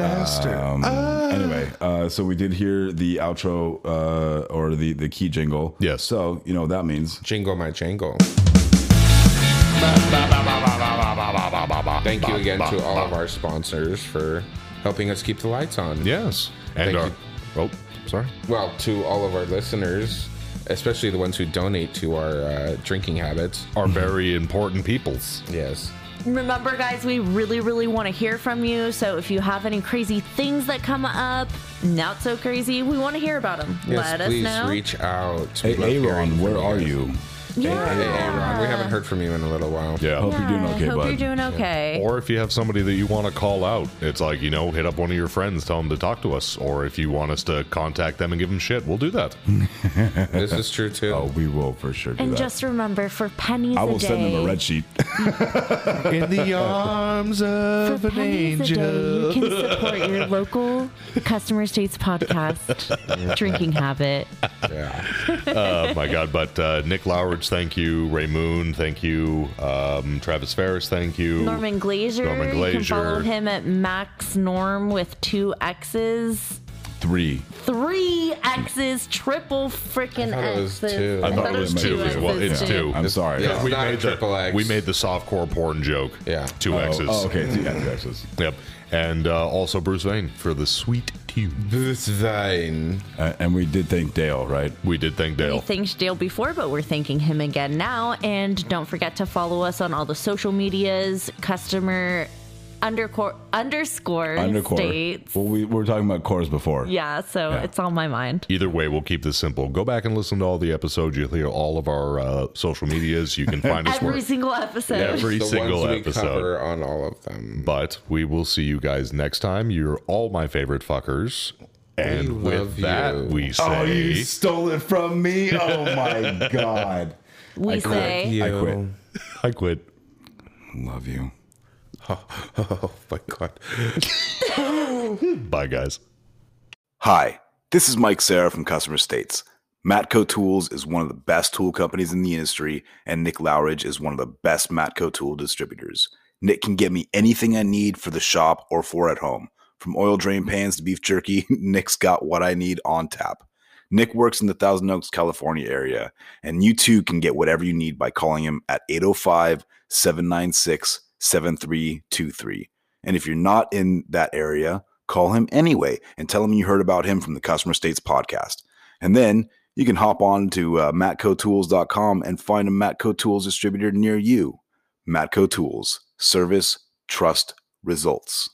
Anyway, uh, so we did hear the outro uh, or the the key jingle. Yes. So you know what that means. Jingle my jangle. Thank you again to all of our sponsors for helping us keep the lights on. Yes. Thank And our, you. oh, sorry. Well, to all of our listeners, especially the ones who donate to our uh, drinking habits. Are very important peoples. Yes. Remember, guys, we really, really want to hear from you. So if you have any crazy things that come up, not so crazy, we want to hear about them. Yes, Let us please know. reach out. We Hey, love hearing Aaron, from where are guys. you? yeah. Hey, Aaron, we haven't heard from you in a little while. Yeah. Hope you're doing I okay, hope bud. you're doing okay. Or if you have somebody that you want to call out, it's like, you know, hit up one of your friends, tell them to talk to us. Or if you want us to contact them and give them shit, we'll do that. This is true too. oh, we will for sure do and that. just remember, for pennies I will a day, send them a red sheet. <laughs> In the arms of for pennies a day, you can support your local Customer States <laughs> podcast drinking habit. Oh my god! But uh, Nick Lowridge, thank you. Ray Moon, thank you. Um, Travis Ferris, thank you. Norman Glazier. Norman You can follow Glazier. him at Max Norm with two X's. Three. Three X's, triple freaking I thought it was X's. two. I I thought it was two as well. It's X's, too. two. I'm sorry. yeah. We Not a made, triple the, X. we made the softcore porn joke. Yeah. Two X's. Oh, okay. So you got two X's. Yep. And uh, also Bruce Vane for the sweet tune. This vein. Uh, and we did thank Dale, right? We did thank We Dale. thanked Dale before, but we're thanking him again now. And don't forget to follow us on all the social medias, customer undercore, underscore states. Well, we, we were talking about cores before. Yeah, so it's on my mind. Either way, we'll keep this simple. Go back and listen to all the episodes. You'll hear all of our uh, social medias. You can find us Every where, single episode. every The single ones we episode. cover on all of them. But we will see you guys next time. You're all my favorite fuckers. And We with love that, you. we say. Oh, you stole it from me! Oh my god! we say. I quit. I quit. Love you. <laughs> Oh my god. Bye, guys. Hi, this is Mike Sarah from Customer States. Matco Tools is one of the best tool companies in the industry, and Nick Lowridge is one of the best Matco tool distributors. Nick can get me anything I need for the shop or for at home. From oil drain pans to beef jerky, <laughs> Nick's got what I need on tap. Nick works in the Thousand Oaks, California area, and you too can get whatever you need by calling him at 805 796 7323. And if you're not in that area, call him anyway and tell him you heard about him from the Customer States podcast. And then you can hop on to uh, matcotools.com and find a Matco Tools distributor near you. Matco Tools, service, trust, results.